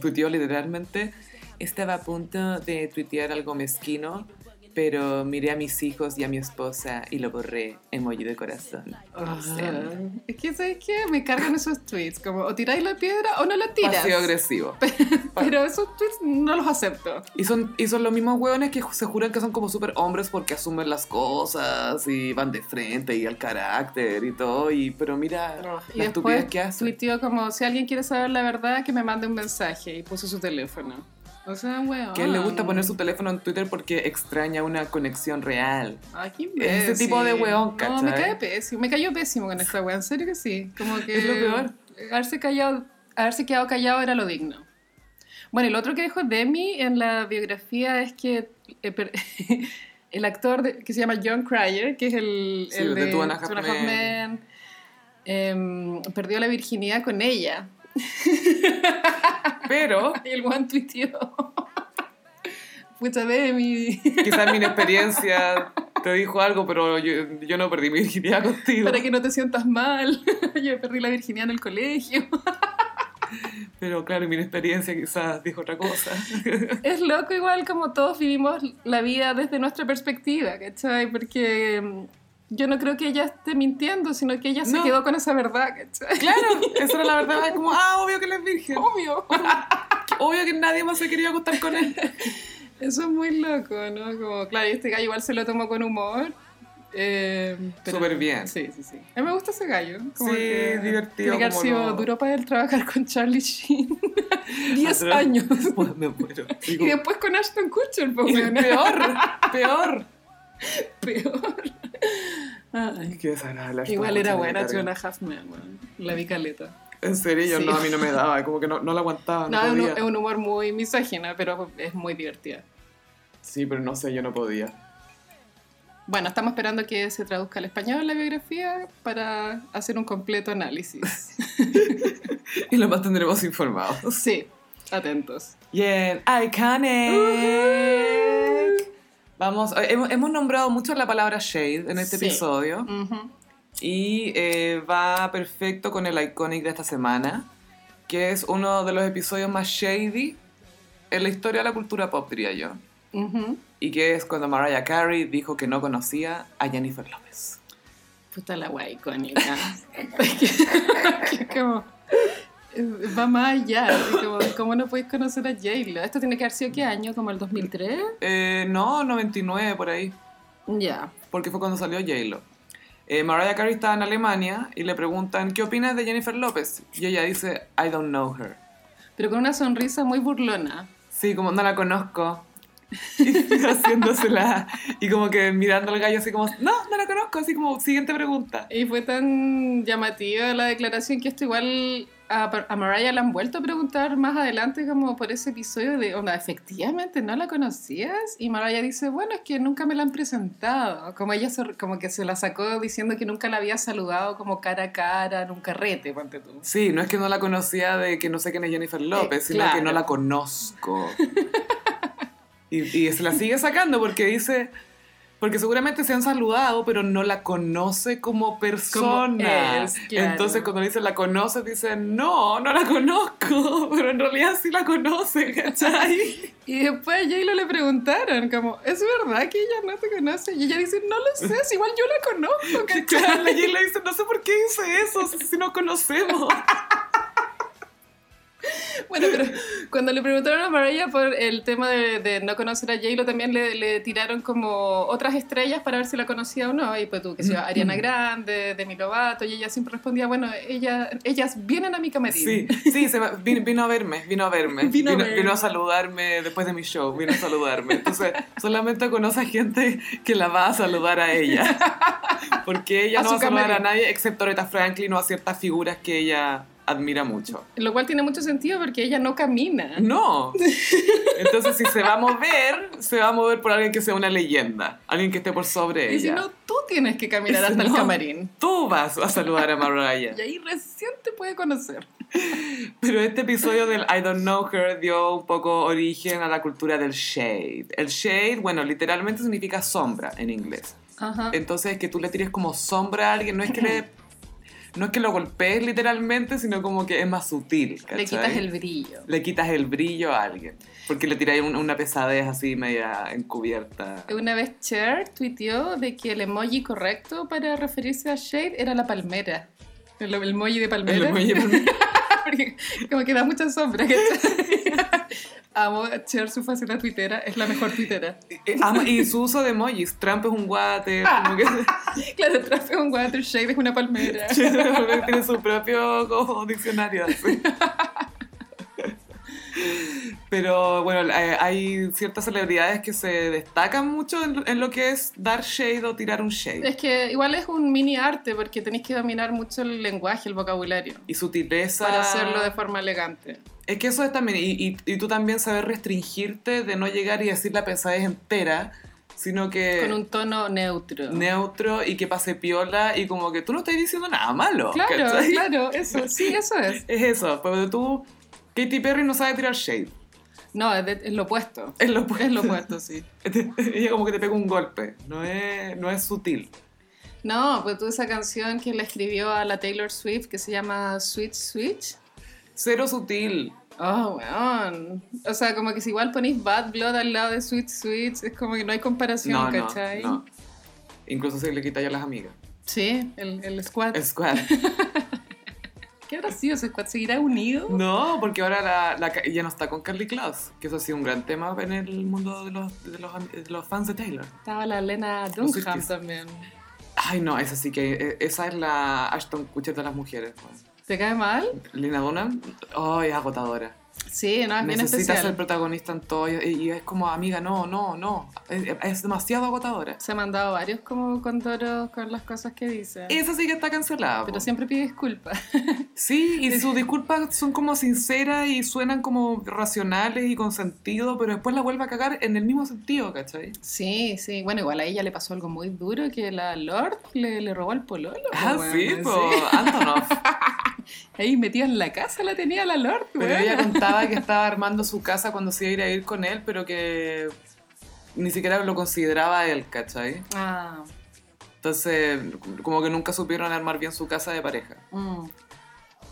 A: tuiteó literalmente, estaba a punto de tuitear algo mezquino, pero miré a mis hijos y a mi esposa y lo borré, emoji de corazón. O sea,
B: Ay, Es que, ¿sabes qué? Me cargan esos tweets, como o tiráis la piedra o no la tiras.
A: Pasivo agresivo.
B: Pero esos tweets no los acepto.
A: Y son, y son los mismos hueones que ju- se juran que son como super hombres porque asumen las cosas y van de frente y al carácter y todo. Y, pero mira
B: y
A: la estupidez
B: después
A: que hacen.
B: tuiteó como, si alguien quiere saber la verdad, que me mande un mensaje. Y puso su teléfono. O sea, weón.
A: Que a él le gusta poner su teléfono en Twitter porque extraña una conexión real.
B: Ay, qué
A: ese
B: imbécil.
A: este tipo de weón,
B: No, me
A: ¿cachai?
B: cae pésimo. Me cayó pésimo con esta weón, en serio que sí. Como que...
A: Es lo peor.
B: Haberse callado, haberse quedado callado era lo digno. Bueno, y lo otro que dijo Demi en la biografía es que... eh, per- el actor de- que se llama John Cryer, que es el,
A: Sí,
B: el
A: de Two and a Half
B: Two and a Half
A: Men.
B: Men, em, perdió la virginidad con ella.
A: Pero
B: Y el one tuiteó. Pucha Demi,
A: quizás mi inexperiencia te dijo algo, pero yo, yo no perdí mi virginidad contigo.
B: para que no te sientas mal. Yo perdí la virginidad en el colegio.
A: Pero claro, mi inexperiencia quizás dijo otra cosa.
B: Es loco igual como todos vivimos la vida desde nuestra perspectiva, ¿cachai? Porque mm, yo no creo que ella esté mintiendo, sino que ella
A: No.
B: se quedó con esa verdad, ¿cachai?
A: claro, esa era la verdad. Es como, ah, obvio que él es virgen.
B: Obvio.
A: Obvio que nadie más se quería acostar con él.
B: Eso es muy loco, ¿no? Como, claro, y este gallo igual se lo tomó con humor. eh, pero-
A: Súper bien.
B: Sí, sí, sí. A mí me gusta ese gallo.
A: Sí,
B: que
A: divertido,
B: Tiene que haber
A: como
B: sido
A: no.
B: duro para él trabajar con Charlie Sheen. Diez
A: Atrás.
B: años.
A: Pues me muero. Digo,
B: Y después con Ashton Kutcher, po,
A: y
B: weón.
A: peor, peor.
B: Peor. Ay.
A: Qué desagradable, esto,
B: Igual era
A: mucho me
B: buena
A: carga.
B: Jonah Huffman, weón. La vi caleta.
A: En serio, yo
B: Sí.
A: no, a mí no me daba, como que no, no la aguantaba.
B: No,
A: Ah, No,
B: es un,
A: podía.
B: es un humor muy misógino, pero es muy divertida.
A: Sí, pero no sé, yo no podía.
B: Bueno, estamos esperando que se traduzca al español la biografía para hacer un completo análisis.
A: Y lo más tendremos informados.
B: sí, atentos.
A: Y en Iconic. Vamos, eh, hemos, hemos nombrado mucho la palabra shade en este
B: Sí.
A: episodio.
B: Ujú.
A: Y eh, va perfecto con el Iconic de esta semana, que es uno de los episodios más shady en la historia de la cultura pop, diría yo.
B: Ujú.
A: y que es cuando Mariah Carey dijo que no conocía a Jennifer López.
B: Puta la guay icónica. que como. eh, Va más allá. así como, ¿Cómo no podéis conocer a J-Lo? Esto tiene que haber sido qué año, como el 2003.
A: Eh, no, 99 por ahí,
B: Ya.
A: porque fue cuando salió J-Lo. Eh, Mariah Carey estaba en Alemania y le preguntan, ¿qué opinas de Jennifer López? Y ella dice, I don't know her.
B: Pero con una sonrisa muy burlona.
A: Sí, como no la conozco. Y haciéndosela. Y como que mirando al gallo así como, no, no la conozco. Así como, siguiente pregunta.
B: Y fue tan llamativa la declaración que esto igual a, a Mariah la han vuelto a preguntar más adelante como por ese episodio de, onda, efectivamente no la conocías. Y Mariah dice, bueno, es que nunca me la han presentado. Como ella se- como que se la sacó diciendo que nunca la había saludado como cara a cara, en un carrete, ponte tú.
A: Sí, no es que no la conocía de que no sé quién es Jennifer López,
B: Eh,
A: sino
B: claro.
A: que no la conozco. y, y se la sigue sacando porque dice, Porque seguramente se han saludado, pero no la conoce como persona.
B: es, claro.
A: Entonces, cuando le dicen la conoce, dicen no, no la conozco, pero en realidad sí la conoce, ¿cachai?
B: Y después a J-Lo le preguntaron, como, ¿es verdad que ella no te conoce? Y ella dice, no lo sé, si igual yo la conozco,
A: Claro,
B: ¿cachai?
A: y le dice, no sé por qué dice eso, si si no conocemos.
B: Bueno, pero cuando le preguntaron a Mariah por el tema de, de no conocer a J-Lo, también le, le tiraron como otras estrellas para ver si la conocía o no. Y pues tú, que
A: Mm.
B: sea Ariana Grande, Demi Lovato, y ella siempre respondía, bueno, ella, ellas vienen a mi camerino.
A: Sí, sí, se va- vino, vino a verme, vino a verme.
B: Vino a verme.
A: vino a saludarme después de mi show, vino a saludarme. Entonces, solamente conoce a gente que la va a saludar a ella. Porque ella
B: A
A: no
B: su
A: va a saludar a
B: camerino.
A: nadie excepto a Aretha Franklin o a ciertas figuras que ella admira mucho.
B: Lo cual tiene mucho sentido porque ella no camina.
A: Mm. No. Entonces, si se va a mover, se va a mover por alguien que sea una leyenda, alguien que esté por sobre ella.
B: Y si no, tú tienes que caminar
A: Si
B: hasta el
A: no.
B: camarín.
A: Tú vas a saludar a Mariah.
B: Y ahí recién te puede conocer.
A: Pero este episodio del I Don't Know Her dio un poco origen a la cultura del shade. El shade, bueno, literalmente significa sombra en inglés.
B: Ajá.
A: Entonces, que tú le tires como sombra a alguien, no es que le... No es que lo golpees literalmente, sino como que es más sutil.
B: Le
A: ¿cachai?
B: quitas el brillo.
A: Le quitas el brillo a alguien. Porque le tiráis un- una pesadez así media encubierta.
B: Una vez Cher tuiteó de que el emoji correcto para referirse a Shade era la palmera. El, el emoji de
A: El
B: palmera.
A: emoji-
B: Porque como que da mucha sombra. ¿cachai? Amo a Cher, su faceta tuitera, es la mejor tuitera.
A: Eh, ama- y su uso de emojis. Trump es un water. Como que
B: Claro, traje un water, Shade es una palmera.
A: tiene su propio como diccionario. así. Pero bueno, eh, hay ciertas celebridades que se destacan mucho en, en lo que es dar shade o tirar un shade.
B: Es que igual es un mini arte porque tenéis que dominar mucho el lenguaje, el vocabulario,
A: Y sutileza.
B: para hacerlo de forma elegante.
A: Es que eso es también. Y, y- y tú también saber restringirte de no llegar y decir la pesadez entera, sino que.
B: Con un tono neutro.
A: eh, neutro y que pase piola y como que tú no estás diciendo nada malo.
B: claro,
A: ¿cachai?
B: claro, eso, sí, eso es.
A: Es eso, pero tú, Katy Perry no sabe tirar shade.
B: No, es, de- es lo opuesto.
A: Es lo opuesto.
B: Es lo opuesto, sí.
A: Ella como que te pega un golpe, no es, no es sutil.
B: No, pues tú esa canción que le escribió a la Taylor Swift que se llama Switch Switch.
A: Cero sutil.
B: Oh, weón. O sea, como que si igual ponéis Bad Blood al lado de Switch Switch, es como que no hay comparación,
A: No, no,
B: ¿cachai?
A: no. Incluso se le quita ya a las amigas.
B: Sí, el, el squad.
A: Squad.
B: ¿Qué habrá sido ese squad? ¿Seguirá unido?
A: No, porque ahora la, la ca- ella no está con Carly Klaus, que eso ha sido un gran tema en el mundo de los, de los, am- de los fans de Taylor.
B: Estaba la Lena
A: Los
B: Dunham
A: Swifties.
B: también.
A: Ay, no, esa sí que. e- Esa es la Ashton Kutcher de las mujeres. pues.
B: ¿Te cae mal?
A: Lina Dunham, ay, es agotadora.
B: Sí, no, es Ah, bien
A: Necesita
B: especial.
A: ser protagonista en todo y, y es como, amiga, no, no, no. Es, es demasiado agotadora.
B: Se ha mandado varios como condoros con las cosas que dice.
A: Esa sí que está cancelada.
B: Pero
A: po.
B: siempre pide disculpas.
A: Sí, y sus disculpas son como sinceras y suenan como racionales y con sentido, pero después la vuelve a cagar en el mismo sentido, ¿cachai?
B: Sí, sí. Bueno, igual a ella le pasó algo muy duro que la Lord le, le robó al pololo. po,
A: Ah,
B: weón,
A: sí, po, Antonov.
B: Ahí metida en la casa la tenía la Lord,
A: Pero
B: weón.
A: ella contaba que estaba armando su casa cuando se iba a ir a ir con él, pero que ni siquiera lo consideraba él, ¿cachai?
B: Ah,
A: Entonces, como que nunca supieron armar bien su casa de pareja.
B: mm.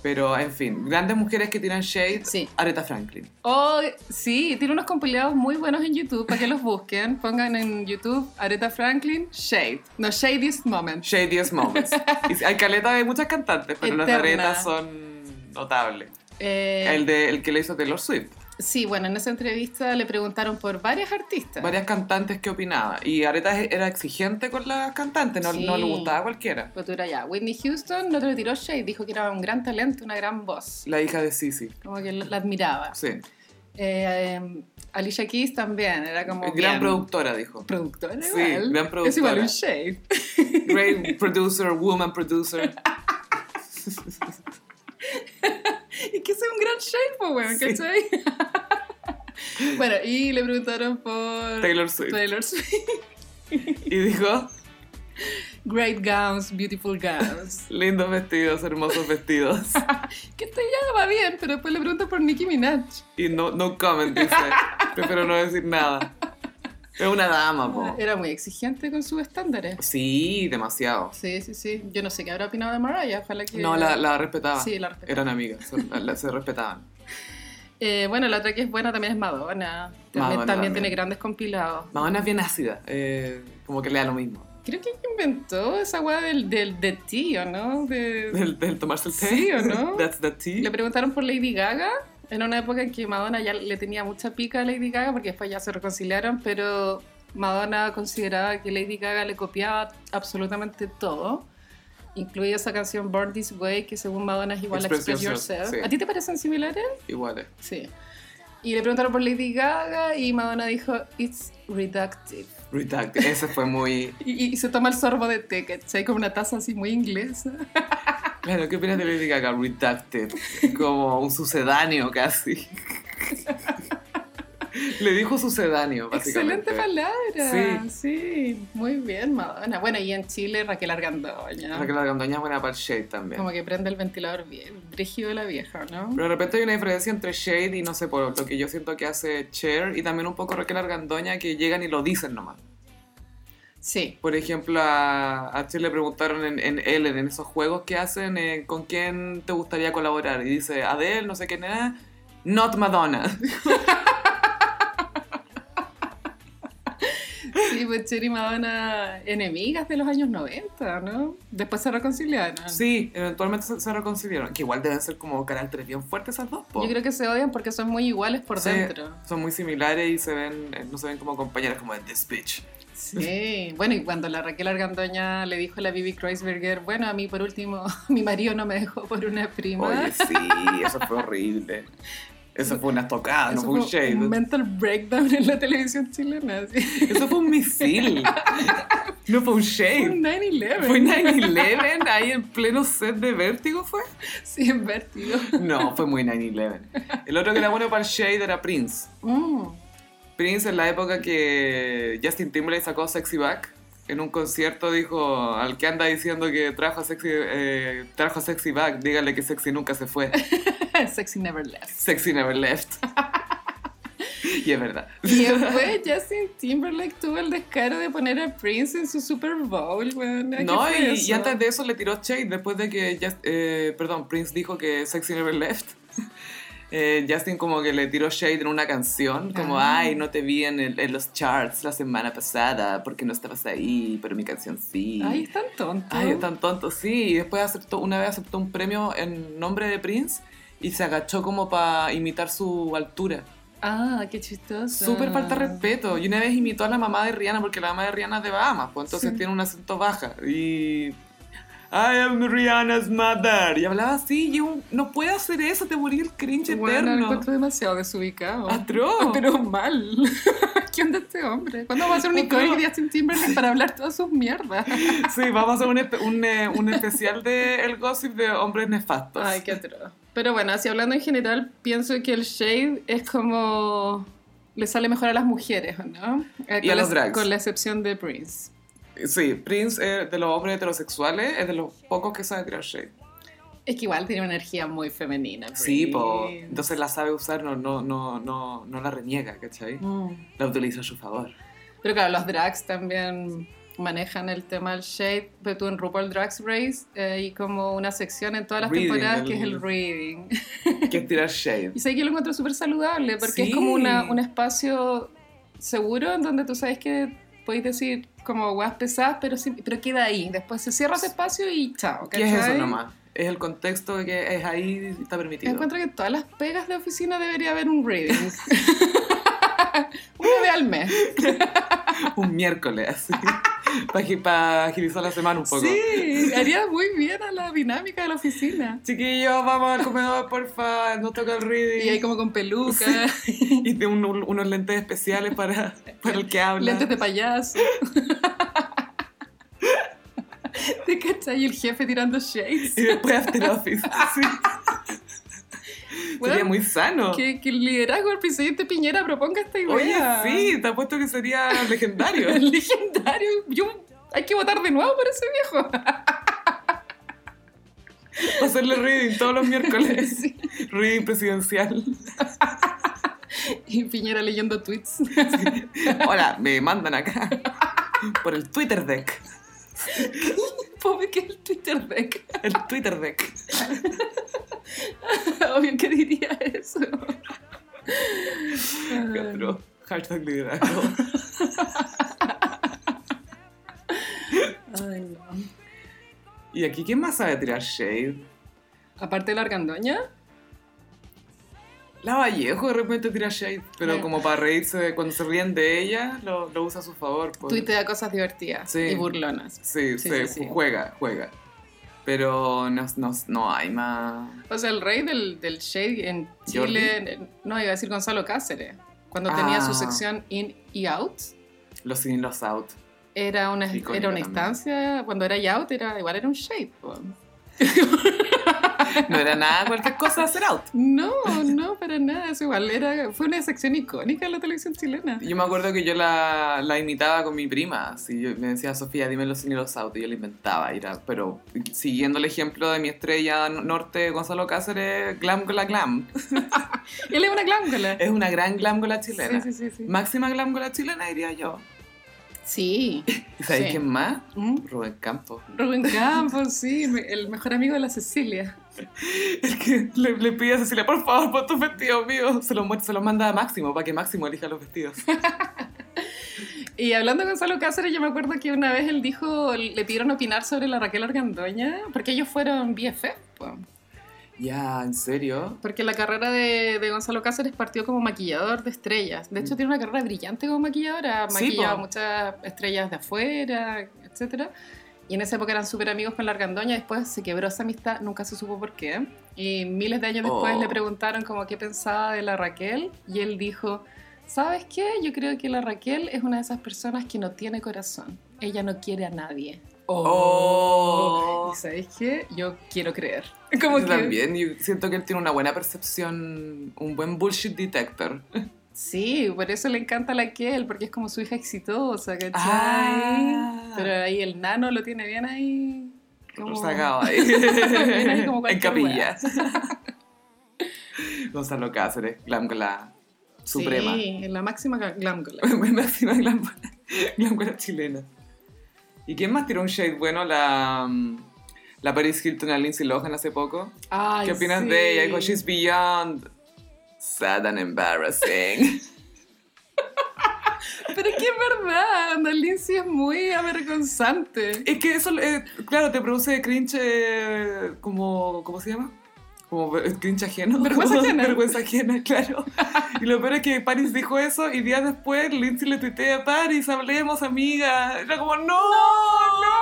A: Pero, en fin, grandes mujeres que tiran shade,
B: Sí.
A: Aretha Franklin.
B: Oh, sí, tiene unos compilados muy buenos en YouTube para que los busquen. Pongan en YouTube Aretha Franklin Shade. No, Shadiest Moment.
A: Shadiest Moments. Y hay caleta de muchas cantantes, pero las de
B: Eterna.
A: Aretha son notables.
B: Eh,
A: El, de, el que le hizo Taylor Swift.
B: Sí, bueno, en esa entrevista le preguntaron por varias artistas.
A: Varias cantantes que opinaban. Y Aretha era exigente con las cantantes, no,
B: Sí.
A: no le gustaba a cualquiera.
B: Pues tú era ya. Whitney Houston no te lo tiró Shade, dijo que era un gran talento, una gran voz.
A: La hija de Sissy.
B: Como que la admiraba.
A: Sí.
B: Eh, eh, Alicia Keys también, era como...
A: Gran
B: bien.
A: productora, dijo.
B: productora.
A: Sí,
B: igual.
A: gran
B: Es igual
A: productora.
B: un shade.
A: Great producer, woman producer.
B: Y que sea un gran shade, pues, weón,
A: Sí.
B: ¿cachai? bueno, y le preguntaron por
A: Taylor Swift.
B: Taylor Swift.
A: Y dijo,
B: Great gowns, beautiful gowns.
A: lindos vestidos, hermosos vestidos.
B: que esto ya va bien, pero después le preguntan por Nicki Minaj.
A: Y no, no comment, dice. Prefiero no decir nada. Es una dama, po.
B: Era muy exigente con sus estándares.
A: Sí, demasiado.
B: Sí, sí, sí. Yo no sé qué habrá opinado de Mariah. Ojalá que.
A: No, la, la respetaba.
B: Sí, la respeto.
A: Eran amigas, se, la- se respetaban.
B: Eh, bueno, la otra que es buena también es Madonna.
A: Madonna
B: También, también
A: también.
B: tiene grandes compilados.
A: Madonna es bien ácida, eh, como que le da lo mismo.
B: Creo que inventó esa weá del, del, de tío, ¿no? De-
A: Del, del tomarse el té.
B: Sí, ¿o no?
A: That's the tea.
B: Le preguntaron por Lady Gaga en una época en que Madonna ya le tenía mucha pica a Lady Gaga porque después ya se reconciliaron, pero Madonna consideraba que Lady Gaga le copiaba absolutamente todo, incluida esa canción Born This Way, que según Madonna es igual a
A: Express
B: Express
A: Yourself,
B: Yourself.
A: sí.
B: ¿A ti te parecen similares?
A: Igual eh. es.
B: Sí. Y le preguntaron por Lady Gaga y Madonna dijo, It's reductive.
A: Redacted. Ese fue muy.
B: Y, y- y se toma el sorbo de té, ¿cachai? Como una taza así muy inglesa.
A: Claro, ¿qué opinas de Lady Gaga? Redacted. Como un sucedáneo casi. le dijo sucedáneo, básicamente.
B: Excelente palabra. Sí.
A: Sí.
B: muy bien, Madonna. Bueno, y en Chile, Raquel Argandoña.
A: Raquel Argandoña es buena para el shade también.
B: Como que prende el ventilador bien, brígido de la vieja, ¿no?
A: Pero de repente hay una diferencia entre Shade y no sé, por lo que yo siento que hace Cher y también un poco Raquel Argandoña que llegan y lo dicen nomás.
B: Sí.
A: Por ejemplo, a, a Cher le preguntaron en, en Ellen, en esos juegos que hacen, eh, ¿con quién te gustaría colaborar? Y dice, Adele, no sé qué nada, not Madonna.
B: Sí, pues Cher y Madonna, enemigas de los años 90, ¿no? Después se reconciliaron.
A: Sí, eventualmente se, se reconciliaron, que igual deben ser como caracteres bien fuertes esas dos, po.
B: Yo creo que se odian porque son muy iguales por
A: Sí,
B: dentro.
A: Son muy similares y se ven, eh, no se ven como compañeras, como de this bitch.
B: Sí, bueno, y cuando la Raquel Argandoña le dijo a la Bibi Kreuzberger, bueno, a mí por último, mi marido no me dejó por una prima.
A: Oye, sí, eso fue horrible. Eso fue una estocada, ah, no
B: Eso
A: fue un
B: fue
A: shade.
B: un mental breakdown en la televisión chilena. así.
A: Eso fue un misil. No fue un shade.
B: Un 9-11.
A: Fue 9-11 ahí en pleno set de vértigo, ¿fue?
B: Sí, en vértigo.
A: No, fue muy 9-11. El otro que era bueno para el shade era Prince.
B: Mm.
A: Prince en la época que Justin Timberlake sacó Sexy Back. En un concierto dijo al que anda diciendo que trajo a sexy, eh, trajo a sexy back, dígale que sexy nunca se fue.
B: Sexy Never Left.
A: Sexy never left. y es verdad.
B: Y después pues, Justin Timberlake tuvo el descaro de poner a Prince en su Super Bowl, weón. ¿Qué
A: No,
B: fue
A: y,
B: eso?
A: y antes de eso le tiró shade después de que, Just- eh, perdón, Prince dijo que Sexy Never Left. Eh, Justin como que le tiró shade en una canción, como,
B: Ah.
A: ay, no te vi en, el- en los charts la semana pasada porque no estabas ahí, pero mi canción sí.
B: Ay, es tan tonto.
A: Ay, es tan tonto, sí. Y después aceptó, una vez aceptó un premio en nombre de Prince y se agachó como para imitar su altura.
B: Ah, qué chistoso.
A: Súper falta de respeto. Y una vez imitó a la mamá de Rihanna, porque la mamá de Rihanna es de Bahamas, pues entonces
B: Sí.
A: tiene un acento baja. Y. I am Rihanna's mother. Y hablaba así, y un- no puede hacer eso, te morí el cringe
B: Bueno, lo
A: eterno. Ah,
B: encuentro demasiado desubicado.
A: Atroz.
B: Pero mal. ¿Qué onda este hombre? ¿Cuándo va a ser un
A: Otro.
B: icónico de Justin Timberlake para hablar todas sus mierdas?
A: Sí, vamos a hacer un, espe- un, eh, un especial de el gossip de hombres nefastos.
B: Ay, qué atroz. Pero bueno, así hablando en general, pienso que el shade es como... Le sale mejor a las mujeres, ¿no? Eh,
A: Y
B: con
A: a
B: la-
A: los drags.
B: Con la excepción de Prince.
A: Sí, Prince eh, de los hombres heterosexuales es de los pocos que sabe tirar shade.
B: Es que igual tiene una energía muy femenina.
A: Sí,
B: Prince.
A: po. Entonces la sabe usar, no, no, no, no, no la reniega, ¿cachai?
B: Mm.
A: La utiliza a su favor.
B: Pero claro, los drags también manejan el tema del shade. Pero tú en RuPaul Drags Race eh, hay como una sección en todas las
A: Reading,
B: temporadas que es
A: el-
B: el reading.
A: Que es tirar shade.
B: Y sé que lo encuentro súper saludable porque es
A: Sí.
B: como una, un espacio seguro en donde tú sabes que podéis decir como guas pesadas, pero, sí- pero queda ahí. Después se cierra ese espacio y chao.
A: ¿Qué es eso
B: ¿cachai?
A: nomás? Es el contexto de que es ahí está permitido.
B: Encuentro que en todas las pegas de oficina debería haber un reading. Una vez al mes.
A: Un miércoles, así. Para agilizar la semana un poco.
B: Sí, haría muy bien a la dinámica de la oficina.
A: Chiquillos, vamos al comedor, porfa. Nos toca el reading.
B: Y ahí como con peluca,
A: Y de un- unos lentes especiales para, para el que habla.
B: lentes de payaso. ¿Te cachai? Y el jefe tirando shades.
A: Y después After Office. Sí.
B: Bueno,
A: sería muy sano.
B: que, que el liderazgo del presidente Piñera proponga esta
A: Oye,
B: idea.
A: sí, te apuesto que sería legendario.
B: Es legendario. Yo- hay que votar de nuevo por ese viejo.
A: Hacerle reading todos los miércoles.
B: Sí.
A: Reading presidencial.
B: Y Piñera leyendo tweets.
A: Hola, me mandan acá. Por el Twitter deck.
B: Pobre que el Twitter deck.
A: El Twitter deck.
B: Obvio que diría eso.
A: Qué atroz. Hashtag liderazgo.
B: Ay, no.
A: ¿Y aquí quién más sabe tirar shade?
B: Aparte de la argandoña,
A: La Vallejo de repente tira shade, pero
B: Claro.
A: como para reírse, de- cuando se ríen de ella, lo, lo usa a su favor. pues.
B: tuitea cosas divertidas
A: Sí.
B: y burlonas.
A: Sí,
B: Sí,
A: se
B: sí, sí.
A: juega, juega. Pero no, no, no hay más.
B: O sea, el rey del, del shade en Chile, en- no, iba a decir Gonzalo Cáceres, cuando tenía
A: Ah.
B: su sección in y out,
A: Los in, los out.
B: era una,
A: Icónica
B: era una
A: también.
B: instancia, cuando era y out, era, igual era un shade. po.
A: No era nada, cualquier cosa hacer out.
B: No, no, para nada, es igual, era, fue una sección icónica de la televisión chilena.
A: Yo me acuerdo que yo la, la imitaba con mi prima. Así, yo- me decía, Sofía, dime los in y los out. Y yo la inventaba. y era- pero siguiendo el ejemplo de mi estrella no- norte, Gonzalo Cáceres, glam con la glam.
B: Él es una glándola.
A: Es una gran glam con la chilena.
B: Sí, sí, sí. Sí.
A: Máxima glam con la chilena, diría yo.
B: sí.
A: ¿Y sabéis
B: Sí.
A: quién más?
B: ¿Mm?
A: Rubén Campos.
B: Rubén Campos, sí, me- el mejor amigo de la Cecilia.
A: El que le, le pide a Cecilia, por favor, pon tus vestidos míos. Se los mu- se los manda a Máximo para que Máximo elija los vestidos.
B: Y hablando de Gonzalo Cáceres, yo me acuerdo que una vez él dijo, le pidieron opinar sobre la Raquel Argandoña, porque ellos fueron BFF, po.
A: Ya, ¿en serio?
B: porque la carrera de, de Gonzalo Cáceres partió como maquillador de estrellas. De hecho, tiene una carrera brillante como maquilladora, ha
A: Mm. Sí,
B: maquillado
A: po.
B: muchas estrellas de afuera, etc. Y en esa época eran súper amigos con la Argandoña, después se quebró esa amistad, nunca se supo por qué. Y miles de años después
A: Oh.
B: le preguntaron como qué pensaba de la Raquel, y él dijo... ¿Sabes qué? Yo creo que la Raquel es una de esas personas que no tiene corazón. Ella no quiere a nadie.
A: Oh.
B: ¿Y sabes qué? Yo quiero creer. Como
A: Yo
B: que,
A: Este también, yo siento que él tiene una buena percepción, un buen bullshit detector.
B: Sí, por eso le encanta la Kel, porque es como su hija exitosa, ¿cachai?
A: Ah.
B: Pero ahí el nano lo tiene bien ahí. como-
A: Sacado ahí.
B: Viene ahí como
A: en
B: cualquier
A: capilla. Gonzalo Cáceres, glam glam, suprema.
B: Sí, en la máxima gl- glámgola.
A: Máxima glam, glam glam chilena. ¿Y quién más tiró un shade bueno? La, mm, la Paris Hilton a Lindsay Lohan hace poco.
B: Ay,
A: ¿Qué opinas
B: sí.
A: de ella? Dijo, she's beyond sad and embarrassing.
B: Pero es que es verdad, Ana Lindsay es muy avergonzante.
A: es que eso, eh, claro, te produce cringe eh, como, ¿cómo se llama? Como ver- cringe ajeno.
B: Vergüenza
A: Como
B: ajena.
A: Vergüenza ajena, claro. Y lo peor es que Paris dijo eso y días después Lindsay le tuitea a Paris, hablemos, amiga. Era como, no, no.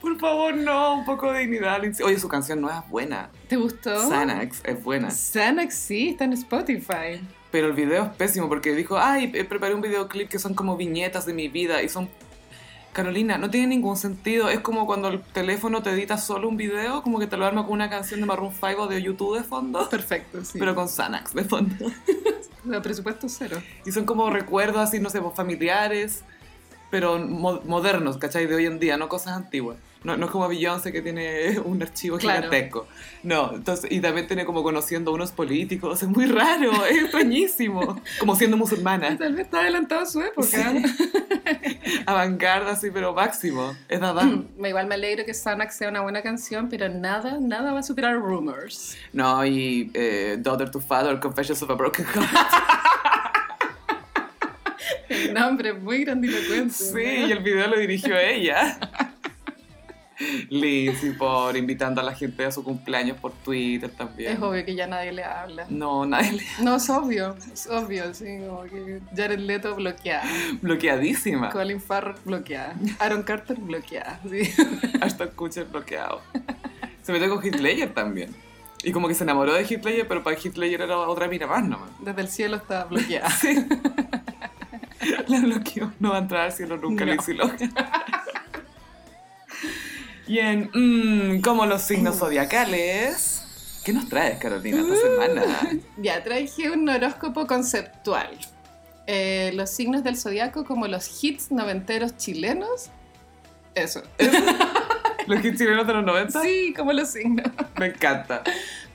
A: Por favor, no, un poco de dignidad, Lindsay. Oye, su canción no es buena.
B: ¿Te gustó?
A: Xanax es buena.
B: Xanax sí, está en Spotify.
A: Pero el video es pésimo porque dijo, ay, eh, preparé un videoclip que son como viñetas de mi vida y son... Carolina, no tiene ningún sentido. Es como cuando el teléfono te edita solo un video, como que te lo arma con una canción de Maroon 5 o de YouTube de fondo,
B: Perfecto, sí.
A: pero con Xanax de fondo.
B: O sea, presupuesto cero.
A: Y son como recuerdos así, no sé, pues, familiares, pero mo- modernos, ¿cachai? De hoy en día, no cosas antiguas. No, no es como Beyoncé que tiene un archivo
B: Claro.
A: gigantesco. No, entonces, y también tiene como conociendo a unos políticos. Es muy raro, es extrañísimo. Como siendo musulmana.
B: Tal vez está adelantado a su época.
A: Avant-garde así, pero máximo. Es Dadán.
B: Me Igual me alegro que Xanax sea una buena canción, pero nada, nada va a superar Rumors.
A: No, y eh, Daughter to Father, Confessions of a Broken Heart.
B: El nombre es muy grandilocuente. ¿eh?
A: Sí, y el video lo dirigió ella. Lindsay, por invitando a la gente a su cumpleaños por Twitter también.
B: Es obvio que ya nadie le habla.
A: No, nadie le
B: No, es obvio, es obvio, sí, como que Jared Leto bloqueada,
A: bloqueadísima.
B: Colin Farrell bloqueada, Aaron Carter bloqueada, sí.
A: Hasta Kutcher bloqueado. Se metió con Hitler también. Y como que se enamoró de Hitler, pero para Hitler era otra mina más nomás.
B: Desde el cielo está bloqueada.
A: Sí. La bloqueó. No va a entrar al cielo nunca,
B: No.
A: Lindsay Lohan. Y en mm, como los signos zodiacales, ¿qué nos traes, Carolina, esta semana?
B: Ya, traje un horóscopo conceptual. Eh, los signos del zodiaco como los hits noventeros chilenos. Eso.
A: Los hits chilenos de los 90.
B: Sí, como los signos.
A: Me encanta.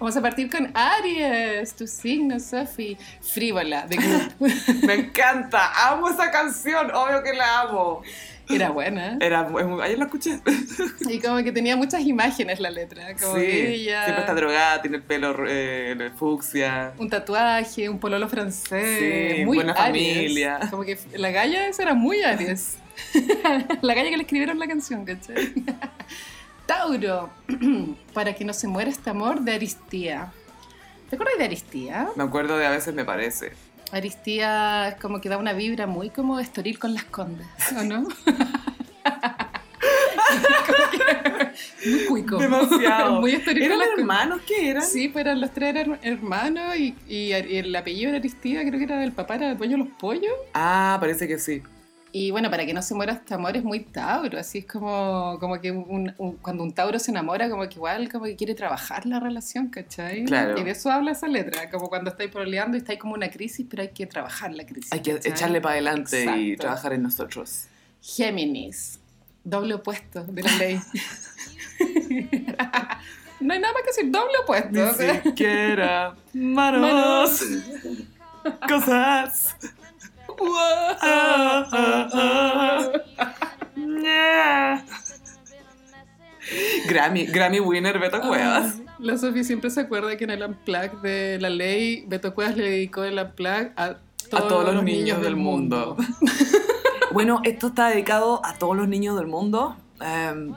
B: Vamos a partir con Aries, tu signo, Sophie. Frívola, de Group.
A: Me encanta. Amo esa canción. Obvio que la amo.
B: Era buena. ¿eh?
A: Era, es muy- ayer la escuché.
B: Y como que tenía muchas imágenes la letra. Como
A: sí.
B: que ella-
A: Siempre está drogada, tiene el pelo eh, en el fucsia.
B: un tatuaje, un pololo francés,
A: Sí,
B: muy
A: buena
B: Aries.
A: familia.
B: Como que la galla esa era muy Aries. la galla que le escribieron la canción, ¿cachai? Tauro, para que no se muera este amor de Aristía. ¿Te acuerdas de Aristía?
A: Me acuerdo de a veces me parece.
B: Aristía es como que da una vibra muy como estoril con las condas, ¿o no? Como que- muy cuico.
A: Demasiado.
B: muy estoril con
A: ¿Eran
B: las condas.
A: hermanos que eran?
B: Sí, pero eran los tres eran hermanos y, y ar- y el apellido era Aristía, creo que era del papá, era del dueño de los pollos.
A: Ah, parece que sí.
B: Y bueno, para que no se muera este amor es muy Tauro, así es como, como que un- un- cuando un Tauro se enamora, como que igual como que quiere trabajar la relación, ¿cachai?
A: Claro.
B: Y de eso habla esa letra, como cuando estáis proleando y estáis como una crisis, pero hay que trabajar la crisis.
A: Hay que
B: ¿cachai?
A: echarle para adelante y
B: Exacto.
A: trabajar en nosotros.
B: Géminis, doble opuesto de la ley. no hay nada más que decir, doble opuesto.
A: Ni
B: o sea.
A: siquiera manos,
B: Manos.
A: cosas. Ah, ah, ah. Ña. Grammy, Grammy winner Beto Cuevas.
B: Ah, La Sofía siempre se acuerda que en el Unplugged de la ley, Beto Cuevas le dedicó el Unplugged a todos,
A: a todos los, niños, del mundo. bueno, esto está dedicado a todos los niños del mundo. Em,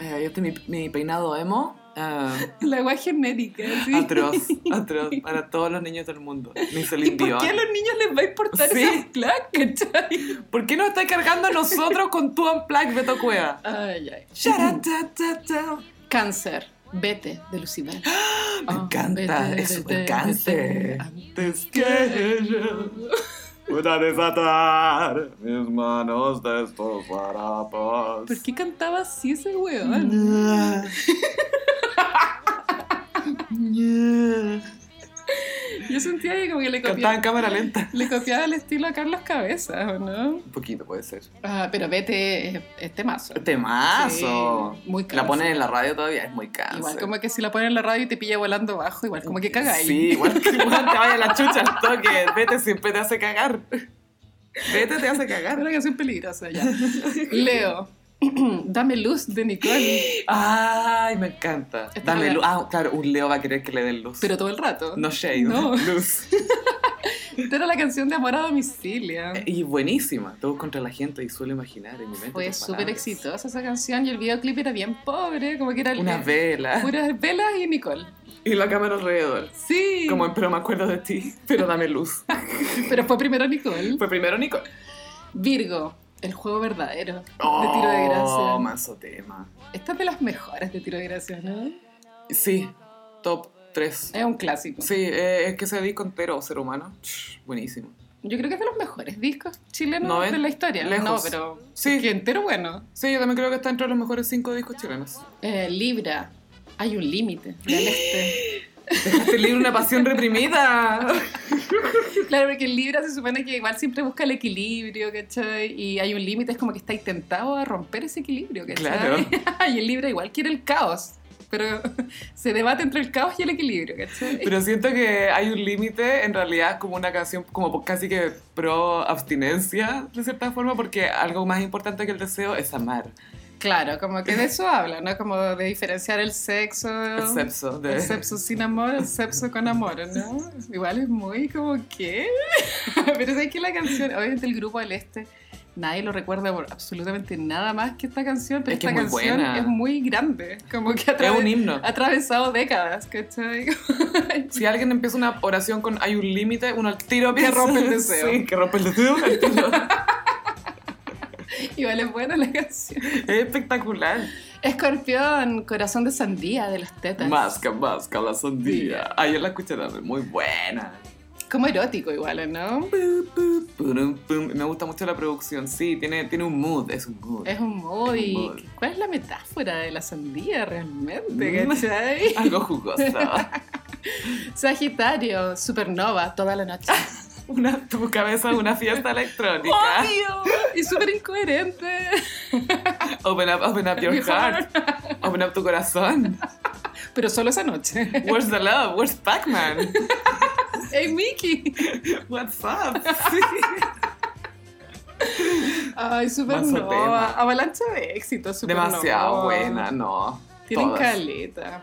A: eh, este es mi, mi peinado emo. Em,
B: La guay genérica, ¿sí?
A: atroz, atroz. Para todos los niños del mundo. Mi
B: ¿Y
A: Celine
B: por
A: Dion.
B: qué a los niños les va a importar
A: Sí.
B: ese Unplugged, cachai?
A: ¿Por qué nos está cargando a nosotros con tu Unplugged, Beto Cueva?
B: Ay, ay.
A: Sharatata.
B: Cáncer, vete, de Ah, Lucibel.
A: Me encanta, es súper cáncer. Antes que yo pueda desatar mis manos de estos harapos.
B: ¿Por qué cantaba así ese weón?
A: Mm.
B: Yo sentía que como que le
A: Cantaba
B: copiaba,
A: en cámara lenta.
B: le copiaba el estilo a Carlos Cabezas, ¿o no?
A: Un poquito puede ser.
B: Ah, pero vete, es- es temazo.
A: Temazo.
B: Sí, muy
A: la
B: cáncer.
A: ponen en la radio todavía, es muy cáncer.
B: Igual como que si la ponen en la radio y te pilla volando bajo, igual como que cagáis.
A: Sí, igual que igual te vaya la chucha al toque. Vete siempre te hace cagar. Vete te hace
B: Es
A: cagar.
B: una canción peligrosa ya. Leo, dame luz de Nicole,
A: Ay, me encanta.
B: Esta
A: Dame
B: es la-
A: luz. Ah, claro, un Leo va a querer que le den luz.
B: pero todo el rato.
A: no shade,
B: No.
A: luz.
B: Esta era la canción de Amor a Domicilio.
A: Y buenísima. Todo contra la gente y suelo imaginar en mi mente.
B: Fue
A: tus
B: súper
A: palabras.
B: exitosa esa canción y el videoclip era bien pobre, como que era el-
A: Unas velas.
B: puras velas y Nicole.
A: Y la cámara alrededor.
B: Sí,
A: Como en Pero me acuerdo de ti, pero dame luz.
B: pero fue primero Nicole.
A: Fue primero Nicole.
B: Virgo, el juego verdadero de
A: Oh,
B: tiro de gracia.
A: manso tema.
B: Esta es de las mejores de tiro de gracia, ¿no?
A: Sí, top 3.
B: Es un clásico.
A: Sí, eh, es que ese disco entero, ser humano, ch, buenísimo.
B: Yo creo que es de los mejores discos chilenos
A: Noven-
B: de la historia.
A: ¿eh? lejos.
B: No, pero
A: Sí.
B: que entero bueno.
A: Sí, yo también creo que está entre los mejores 5 discos chilenos.
B: Eh, Libra, hay un límite. del este.
A: Dejaste libre una pasión reprimida.
B: claro, porque en Libra se supone que igual siempre busca el equilibrio, ¿cachai? Y hay un límite, es como que está intentado a romper ese equilibrio, ¿cachai? y el Libra igual quiere el caos, pero se debate entre el caos y el equilibrio, ¿cachai?
A: Pero siento que hay un límite, en realidad es como una canción como casi que pro abstinencia, de cierta forma, porque algo más importante que el deseo es amar.
B: Claro, como que de eso habla, ¿no? Como de diferenciar el sexo.
A: El sepso. De...
B: El sexo sin amor, el sexo con amor, ¿no? Igual es muy como, ¿qué? Pero sabes que la canción, obviamente el grupo del Este, nadie lo recuerda por absolutamente nada más que esta canción, pero
A: Es que
B: esta
A: es muy
B: canción
A: buena.
B: es muy grande, como que ha,
A: Es un
B: trave-
A: himno.
B: ha atravesado décadas, ¿cachai?
A: Si alguien empieza una oración con hay un límite, uno al tiro piensa-
B: rompe el deseo.
A: Sí, que rompe el deseo. al tiro.
B: Igual es buena la canción.
A: es espectacular.
B: Escorpión, corazón de sandía de las tetas.
A: Masca, masca, la sandía. Ayer la escuché también, muy buena.
B: Como erótico igual, ¿o ¿no?
A: Pu, pu, purum, pum. Me gusta mucho la producción, sí, tiene, tiene un mood, es un mood.
B: Es un mood
A: Es un
B: y-
A: mood.
B: ¿Cuál es la metáfora de la sandía realmente?
A: Mm.
B: ¿Cachai?
A: Algo jugoso.
B: Sagitario, supernova, toda la noche.
A: Una, tu cabeza una fiesta electrónica.
B: ¡Obvio! Y súper incoherente.
A: Open up, open up your
B: Mi
A: heart. Open up tu corazón.
B: Pero solo esa noche.
A: Where's the love? Where's Pac-Man?
B: ¡Hey, Mickey!
A: What's up?
B: Ay,
A: Manso tema.
B: Supernova. Avalancha de éxito, Supernova.
A: Demasiado buena, no.
B: Tienen
A: Todas.
B: caleta.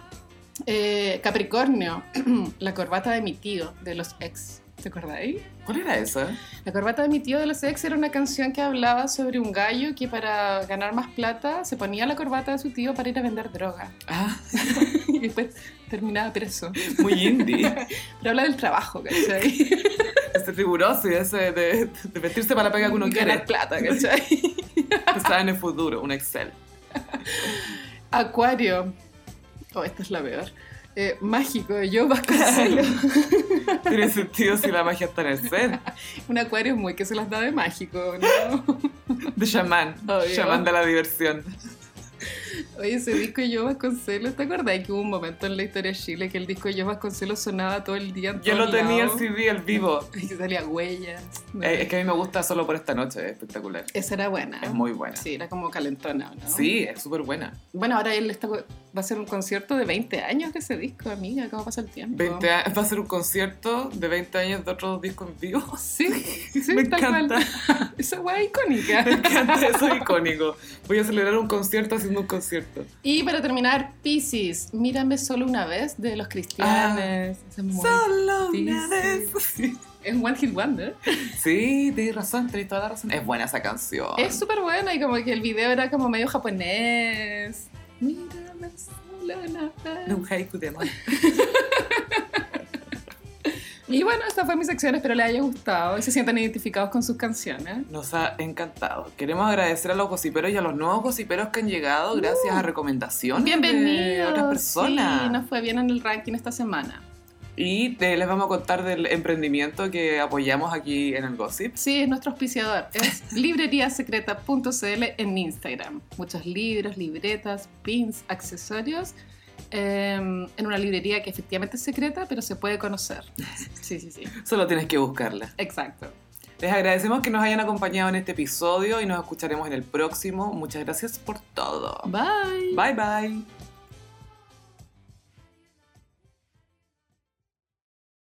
B: Eh, Capricornio, la corbata de mi tío, de los ex. ¿Te acordáis?
A: ¿Cuál era esa?
B: La corbata de mi tío de los ex era una canción que hablaba sobre un gallo que para ganar más plata se ponía la corbata de su tío para ir a vender droga.
A: Ah,
B: Y después terminaba preso.
A: muy indie.
B: Pero habla del trabajo, ¿cachai?
A: Este riguroso y ese de, de vestirse para la pega que uno
B: Ganar
A: quiere.
B: plata, ¿cachai?
A: Pensaba en el futuro, un Excel.
B: Acuario. Oh, esta es la peor. Eh, mágico, yo Vasconcelos.
A: Tiene sentido si la magia está en el set.
B: Un acuario muy que se las da de mágico, ¿no?
A: De chamán.
B: Obvio.
A: Chamán de la diversión.
B: Oye, ese disco Yo Vasconcelos, ¿te acordás que hubo un momento en la historia de Chile que el disco Yo Vasconcelos sonaba todo el día en
A: Yo
B: todos
A: lo tenía el
B: lados?
A: CD, el vivo.
B: Y que salía huellas.
A: Eh, es que a mí me gusta solo por esta noche, es espectacular.
B: Esa era buena.
A: Es muy buena.
B: Ah, Sí, era como calentona, ¿no?
A: Sí, es súper buena.
B: Bueno, ahora él está, va a hacer un concierto de 20 años de ese disco, amiga. ¿Cómo pasa el tiempo?
A: 20 a- va a ser un concierto de 20 años de otro disco en vivo.
B: Sí, sí,
A: me
B: tal
A: encanta,
B: cual. Esa weá es icónica.
A: me encanta, eso es icónico. Voy a celebrar un concierto haciendo un concierto.
B: Y para terminar, Pisces, mírame solo una vez de los cristianes. Esa es muy-
A: Solo
B: Ah, una vez.
A: Sí,
B: Es un One Hit Wonder.
A: sí tienes razón, tienes toda la razón. Es buena esa canción.
B: Es súper buena y como que el video era como medio japonés. Mírame solo una vez.
A: un haiku de amor.
B: Y bueno, esta fue mi sección, espero les haya gustado y se sientan identificados con sus canciones.
A: Nos ha encantado. Queremos agradecer a los gossiperos y a los nuevos gossiperos que han llegado gracias a recomendaciones de
B: Uh. Bienvenidos.
A: otras personas.
B: Sí, nos fue bien en el ranking esta semana.
A: Y te- les vamos a contar del emprendimiento que apoyamos aquí en el Gossip.
B: Sí, es nuestro auspiciador. Es libreriasecreta.cl en Instagram. Muchos libros, libretas, pins, accesorios. eh, en una librería que efectivamente es secreta, pero se puede conocer. Sí, sí, sí.
A: Solo tienes que buscarla.
B: Exacto.
A: Les agradecemos que nos hayan acompañado en este episodio y nos escucharemos en el próximo. Muchas gracias por todo.
B: Bye.
A: Bye bye.